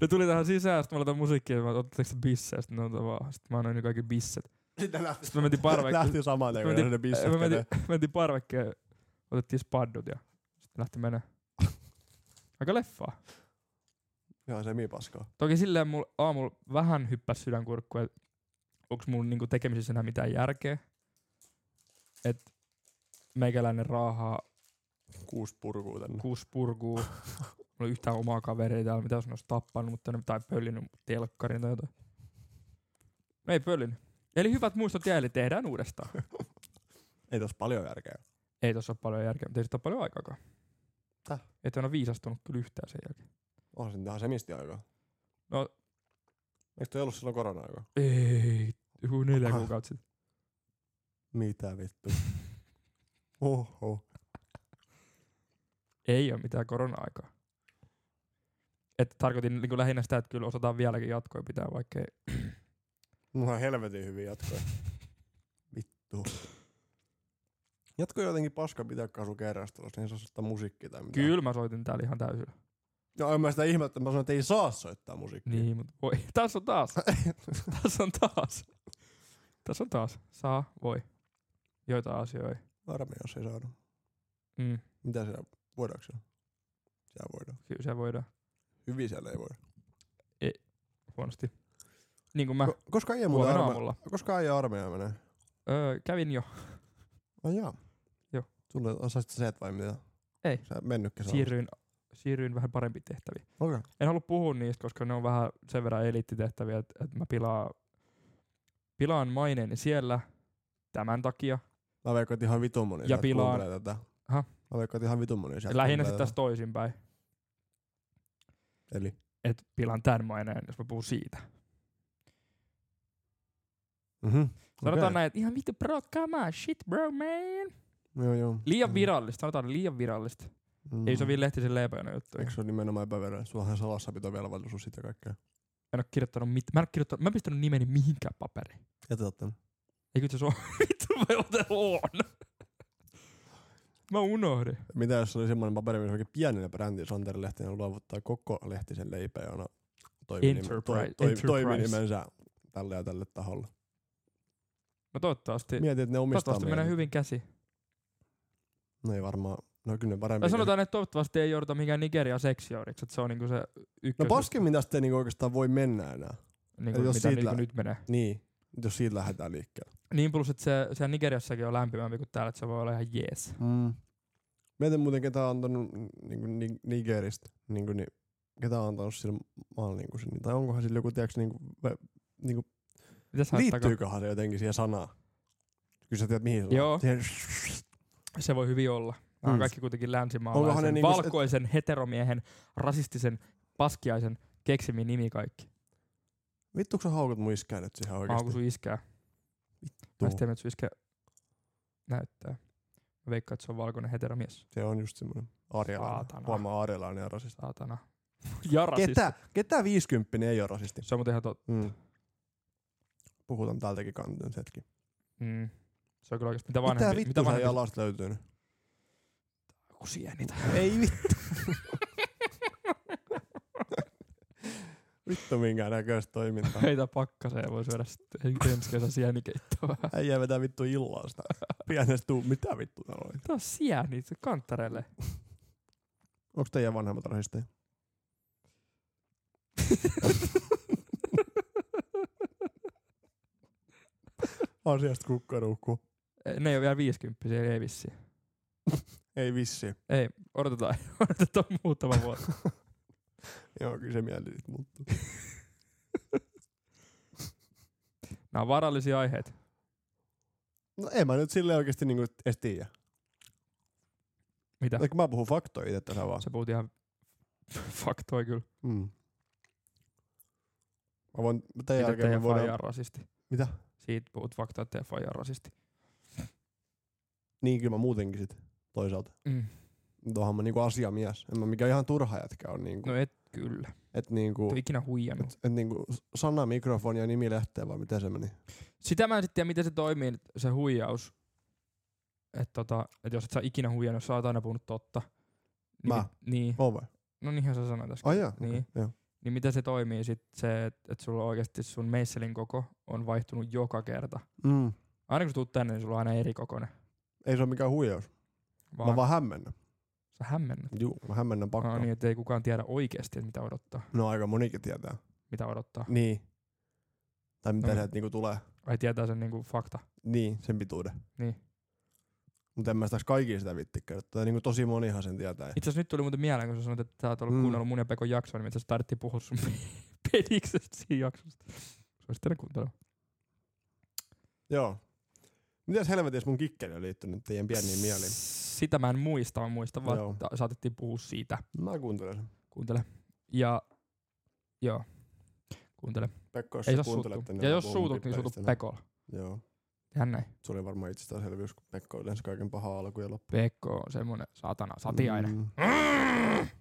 [SPEAKER 2] Ne tuli tähän sisään, sitten mä laitan musiikkia, ja mä ottatteko bissejä, sitten ne on tota vaan, sitten mä annoin ne kaikki bisset.
[SPEAKER 3] Sitten lähti.
[SPEAKER 2] Sitten me mentiin parvekkeelle.
[SPEAKER 3] Lähti samaan
[SPEAKER 2] Sitten
[SPEAKER 3] aikaan,
[SPEAKER 2] mentiin-
[SPEAKER 3] ne bisset
[SPEAKER 2] me mentiin-
[SPEAKER 3] käteen.
[SPEAKER 2] mentiin parvekkeen, otettiin spaddut ja sitten lähti menemään. Aika leffaa.
[SPEAKER 3] Ihan semipaskaa.
[SPEAKER 2] Toki silleen mulla aamulla vähän hyppäsi sydänkurkku, että onks mulla niinku tekemisissä enää mitään järkeä. Että meikäläinen raahaa
[SPEAKER 3] Kuusi purkuu tänne.
[SPEAKER 2] kuusi purkuu. Mulla ei ole yhtään omaa kaveria täällä, mitä jos ne olisi tappanut, mutta ne, tai pöllinyt telkkarin tai jotain. No ei pöllinyt. Eli hyvät muistot jäi, eli tehdään uudestaan.
[SPEAKER 3] Ei tos paljon järkeä.
[SPEAKER 2] Ei tossa ole paljon järkeä, mutta ei sitä ole paljon aikaakaan.
[SPEAKER 3] Täh?
[SPEAKER 2] Et ole täystunut kyllä yhtään sen jälkeen.
[SPEAKER 3] Onhan siinä ihan semisti aikaa.
[SPEAKER 2] No.
[SPEAKER 3] Eikö toi ollut silloin korona-aikaa?
[SPEAKER 2] Ei, joku neljä
[SPEAKER 3] Ah.
[SPEAKER 2] kuukautta sitten.
[SPEAKER 3] Mitä vittu? Oho.
[SPEAKER 2] Ei ole mitään korona-aikaa. Et tarkoitin niin lähinnä sitä, että kyllä osataan vieläkin jatkoja pitää, vaikka ei.
[SPEAKER 3] No ihan helvetin hyvin jatkoja. Vittu. Jatkoja jotenkin paska pitää kasu kerrastelussa, niin saa soittaa musiikkia tai mitään.
[SPEAKER 2] Kyllä mä soitin täällä ihan täysillä.
[SPEAKER 3] No en mä sitä ihmettä, mä sanoin, että ei saa soittaa musiikkia.
[SPEAKER 2] Niin, mutta voi. Tässä on taas. Tässä on taas. Tässä on taas. Saa, voi. Joita asioita.
[SPEAKER 3] Varmaan jos ei saanut.
[SPEAKER 2] Mm.
[SPEAKER 3] Mitä siellä voidaanko siellä? Tää voidaan.
[SPEAKER 2] Kyllä se voidaan
[SPEAKER 3] Hyvin siellä ei voida.
[SPEAKER 2] huonosti. Niin kuin mä
[SPEAKER 3] Ko- koska No, ei muuta
[SPEAKER 2] huomenna
[SPEAKER 3] arme-
[SPEAKER 2] aamulla.
[SPEAKER 3] koska ei armeija menee.
[SPEAKER 2] Öö, kävin jo,
[SPEAKER 3] Ai jaa.
[SPEAKER 2] Joo.
[SPEAKER 3] Sulle osasit se et vai mitä?
[SPEAKER 2] Ei.
[SPEAKER 3] Sä et mennytkä saa.
[SPEAKER 2] siirryin, siirryin vähän parempiin tehtäviin.
[SPEAKER 3] Okei. Okay.
[SPEAKER 2] En halua puhua niistä, koska ne on vähän sen verran eliittitehtäviä, että et mä pilaa, pilaan maineeni siellä tämän takia.
[SPEAKER 3] Mä veikkaan, että ihan vitun moni
[SPEAKER 2] Ja
[SPEAKER 3] sieltä
[SPEAKER 2] pilaan.
[SPEAKER 3] kuuntelee tätä.
[SPEAKER 2] Häh?
[SPEAKER 3] Mä veikkaan, että ihan vitun moni sieltä
[SPEAKER 2] Lähinnä sitten
[SPEAKER 3] kuuntelee
[SPEAKER 2] tässä toisinpäin,
[SPEAKER 3] tätä. Eli
[SPEAKER 2] että pilaan tämän maineen, jos mä puhun siitä.
[SPEAKER 3] Mm-hmm.
[SPEAKER 2] Sanotaan okay. näin, että ihan vittu bro, come on, shit bro man.
[SPEAKER 3] näin. Joo, joo.
[SPEAKER 2] Liian virallista, sanotaan liian virallista. Mm.
[SPEAKER 3] Mm.
[SPEAKER 2] Ei se ole vielä lehtisen leipöinen juttu.
[SPEAKER 3] Eikö se ole nimenomaan epävirallinen? Sullahan salassapitovelvollisuus sitä kaikkea.
[SPEAKER 2] Mä en ole kirjoittanut mit- mä en, ole kirjoittanut, mä en pistänyt nimeni mihinkään paperiin.
[SPEAKER 3] Jätät ottanut.
[SPEAKER 2] Eikö se ole vittu vai ote on? Mä unohdin.
[SPEAKER 3] Mitä jos oli semmoinen paperi, missä oikein pienenä brändin Santeri Lehtinen niin luovuttaa koko Lehtisen leipäjona toiminimensä,
[SPEAKER 2] Enterprise- Enterprise.
[SPEAKER 3] toiminimensä tälle ja tälle taholle.
[SPEAKER 2] No toivottavasti.
[SPEAKER 3] Mieti, että ne omistaa
[SPEAKER 2] Toivottavasti menee
[SPEAKER 3] meidät.
[SPEAKER 2] hyvin käsi.
[SPEAKER 3] No ei varmaan. No kyllä ne paremmin.
[SPEAKER 2] Tai sanotaan, että toivottavasti ei jouduta mikään Nigeria seksijouriksi, että se on niinku se
[SPEAKER 3] no
[SPEAKER 2] ykkös.
[SPEAKER 3] paskin tästä ei niinku oikeastaan voi mennä enää.
[SPEAKER 2] niinku,
[SPEAKER 3] jos
[SPEAKER 2] mitä
[SPEAKER 3] siitä
[SPEAKER 2] niinku
[SPEAKER 3] lä-
[SPEAKER 2] nyt menee.
[SPEAKER 3] Niin. Jos siitä lähdetään liikkeelle.
[SPEAKER 2] Niin plus, että se, se Nigeriassakin on lämpimämpi kuin täällä, että se voi olla ihan jees.
[SPEAKER 3] Mm. Mietin muuten, ketä on antanut niinku, Ni- Nigeristä. Niinku, ni, ketä on antanut sillä maalla. Niinku, sen, tai onkohan sillä joku, tiedätkö, niinku, vä- niinku,
[SPEAKER 2] Mitäs haittaako?
[SPEAKER 3] liittyyköhän se jotenkin siihen sanaan? Kyllä sä tiedät, mihin se
[SPEAKER 2] Joo.
[SPEAKER 3] on. Siihen,
[SPEAKER 2] Se voi hyvin olla. Nämä on
[SPEAKER 3] Mm.
[SPEAKER 2] kaikki kuitenkin
[SPEAKER 3] Onkohan ne
[SPEAKER 2] länsimaalaisen,
[SPEAKER 3] niinku se-
[SPEAKER 2] valkoisen, heteromiehen, rasistisen, paskiaisen keksimi nimi kaikki.
[SPEAKER 3] Vittu, kun sä haukut mun iskää nyt siihen
[SPEAKER 2] Mä oon
[SPEAKER 3] oikeesti?
[SPEAKER 2] sun iskää. Mä en
[SPEAKER 3] Vittu.
[SPEAKER 2] tiedä, miltä sun iskä näyttää. Mä veikkaan, että se on valkoinen heteromies.
[SPEAKER 3] Se on just semmonen arjalainen.
[SPEAKER 2] Saatana.
[SPEAKER 3] Huomaa arjalainen ja rasisti.
[SPEAKER 2] Saatana. Ja rasisti.
[SPEAKER 3] Ketä, ketä 50 ei ole rasisti?
[SPEAKER 2] Se on muuten ihan totta.
[SPEAKER 3] Mm. Puhutaan tältäkin kantin hetki.
[SPEAKER 2] Mm. Se on kyllä oikeasti. Mitä
[SPEAKER 3] Mitä
[SPEAKER 2] vanhempi,
[SPEAKER 3] vittu
[SPEAKER 2] mitä
[SPEAKER 3] mitä
[SPEAKER 2] vanhempi
[SPEAKER 3] jalasta löytyy nyt?
[SPEAKER 2] kun sienitä.
[SPEAKER 3] Ei vittu. vittu minkään näköistä toimintaa.
[SPEAKER 2] Heitä pakkaseen voi syödä sitten ensi kesä sienikeittoa.
[SPEAKER 3] Äijä vetää vittu illasta. Pienestä tuu, mitä vittu täällä oli?
[SPEAKER 2] Tää on sieni, se kantarelle.
[SPEAKER 3] Onks teidän vanhemmat rasisteja? Asiasta kukkaruukku.
[SPEAKER 2] Eh, ne ei ole vielä 50, eli ei vissiin.
[SPEAKER 3] Ei vissi.
[SPEAKER 2] Ei, odotetaan, odotetaan muutama vuosi.
[SPEAKER 3] Joo, kyllä se mieli nyt muuttuu.
[SPEAKER 2] Nämä on varallisia aiheita.
[SPEAKER 3] No en mä nyt silleen oikeesti niinku edes tiedä.
[SPEAKER 2] Mitä?
[SPEAKER 3] No, kun mä puhun faktoja itse tässä vaan.
[SPEAKER 2] Sä puhut ihan faktoi kyllä.
[SPEAKER 3] Mm. Mä voin, teidän
[SPEAKER 2] Siitä
[SPEAKER 3] jälkeen
[SPEAKER 2] teidän
[SPEAKER 3] me voidaan...
[SPEAKER 2] faija on rasisti.
[SPEAKER 3] Mitä?
[SPEAKER 2] Siitä puhut faktaa, että teidän faija on rasisti.
[SPEAKER 3] Niin kyllä mä muutenkin sit toisaalta.
[SPEAKER 2] Mm.
[SPEAKER 3] Nyt onhan mä niinku asiamies. En mä mikä ihan turha jätkä on niinku.
[SPEAKER 2] No et kyllä.
[SPEAKER 3] Et niinku...
[SPEAKER 2] Et ole ikinä huijannut.
[SPEAKER 3] Et, et niinku sana, mikrofoni ja nimi lähtee vai miten se meni?
[SPEAKER 2] Sitä mä en sitten tiedä, miten se toimii, se huijaus. Että tota, et jos et sä ikinä huijannut, sä oot aina puhunut totta. Niin,
[SPEAKER 3] Mä?
[SPEAKER 2] mi- Niin.
[SPEAKER 3] On vai?
[SPEAKER 2] No niinhän sä sanoit äsken.
[SPEAKER 3] Ai jaa,
[SPEAKER 2] Niin.
[SPEAKER 3] okei, joo.
[SPEAKER 2] Niin miten se toimii sit se, että et sulla oikeasti sun meisselin koko on vaihtunut joka kerta.
[SPEAKER 3] Mm.
[SPEAKER 2] Aina kun sä tuut tänne, niin sulla on aina eri kokoinen.
[SPEAKER 3] Ei se ole mikään huijaus.
[SPEAKER 2] Vaan,
[SPEAKER 3] Mä vaan hämmennän.
[SPEAKER 2] sä hämmennät.
[SPEAKER 3] Juu, mä hämmennän pakkaa.
[SPEAKER 2] Vaan
[SPEAKER 3] No,
[SPEAKER 2] niin, että ei kukaan tiedä oikeasti, että mitä odottaa.
[SPEAKER 3] aika monikin tietää.
[SPEAKER 2] Mitä odottaa.
[SPEAKER 3] Niin. Tai mitä
[SPEAKER 2] No.
[SPEAKER 3] no. sieltä niinku tulee.
[SPEAKER 2] Ai tietää sen niinku fakta.
[SPEAKER 3] Niin, sen pituuden.
[SPEAKER 2] Niin.
[SPEAKER 3] Mutta en mä sitä kaikki sitä vitti kertoa. Niinku tosi monihan sen tietää.
[SPEAKER 2] Itse asiassa nyt tuli muuten mieleen, kun sä sanoit, että sä oot ollut
[SPEAKER 3] Mm.
[SPEAKER 2] mm. kuunnellut mun ja Pekon jaksoa, niin itse asiassa tarvittiin puhua sun pediksestä siinä jaksosta. Se olisi teidän kuuntelemaan.
[SPEAKER 3] Joo. Mitäs helvetissä mun kikkeli on liittynyt teidän pieniin mieliin?
[SPEAKER 2] Sitä mä en muista, mä muistan vaan,
[SPEAKER 3] Joo.
[SPEAKER 2] että saatettiin puhua siitä.
[SPEAKER 3] Mä kuuntelen sen.
[SPEAKER 2] Kuuntele. Ja joo, kuuntele.
[SPEAKER 3] Pekka, jos
[SPEAKER 2] Ei
[SPEAKER 3] sä
[SPEAKER 2] saa suuttua.
[SPEAKER 3] kuuntelet tänne.
[SPEAKER 2] Ja
[SPEAKER 3] mä
[SPEAKER 2] jos
[SPEAKER 3] puhun
[SPEAKER 2] suutut,
[SPEAKER 3] mun
[SPEAKER 2] niin suutut
[SPEAKER 3] kippeistä.
[SPEAKER 2] Pekolla.
[SPEAKER 3] Joo.
[SPEAKER 2] Tehän näin.
[SPEAKER 3] Se oli varmaan itsestäänselvyys, kun Pekka yleensä kaiken paha alku ja loppu.
[SPEAKER 2] Pekko on semmonen satana, satiainen.
[SPEAKER 3] Mm.
[SPEAKER 2] Mm.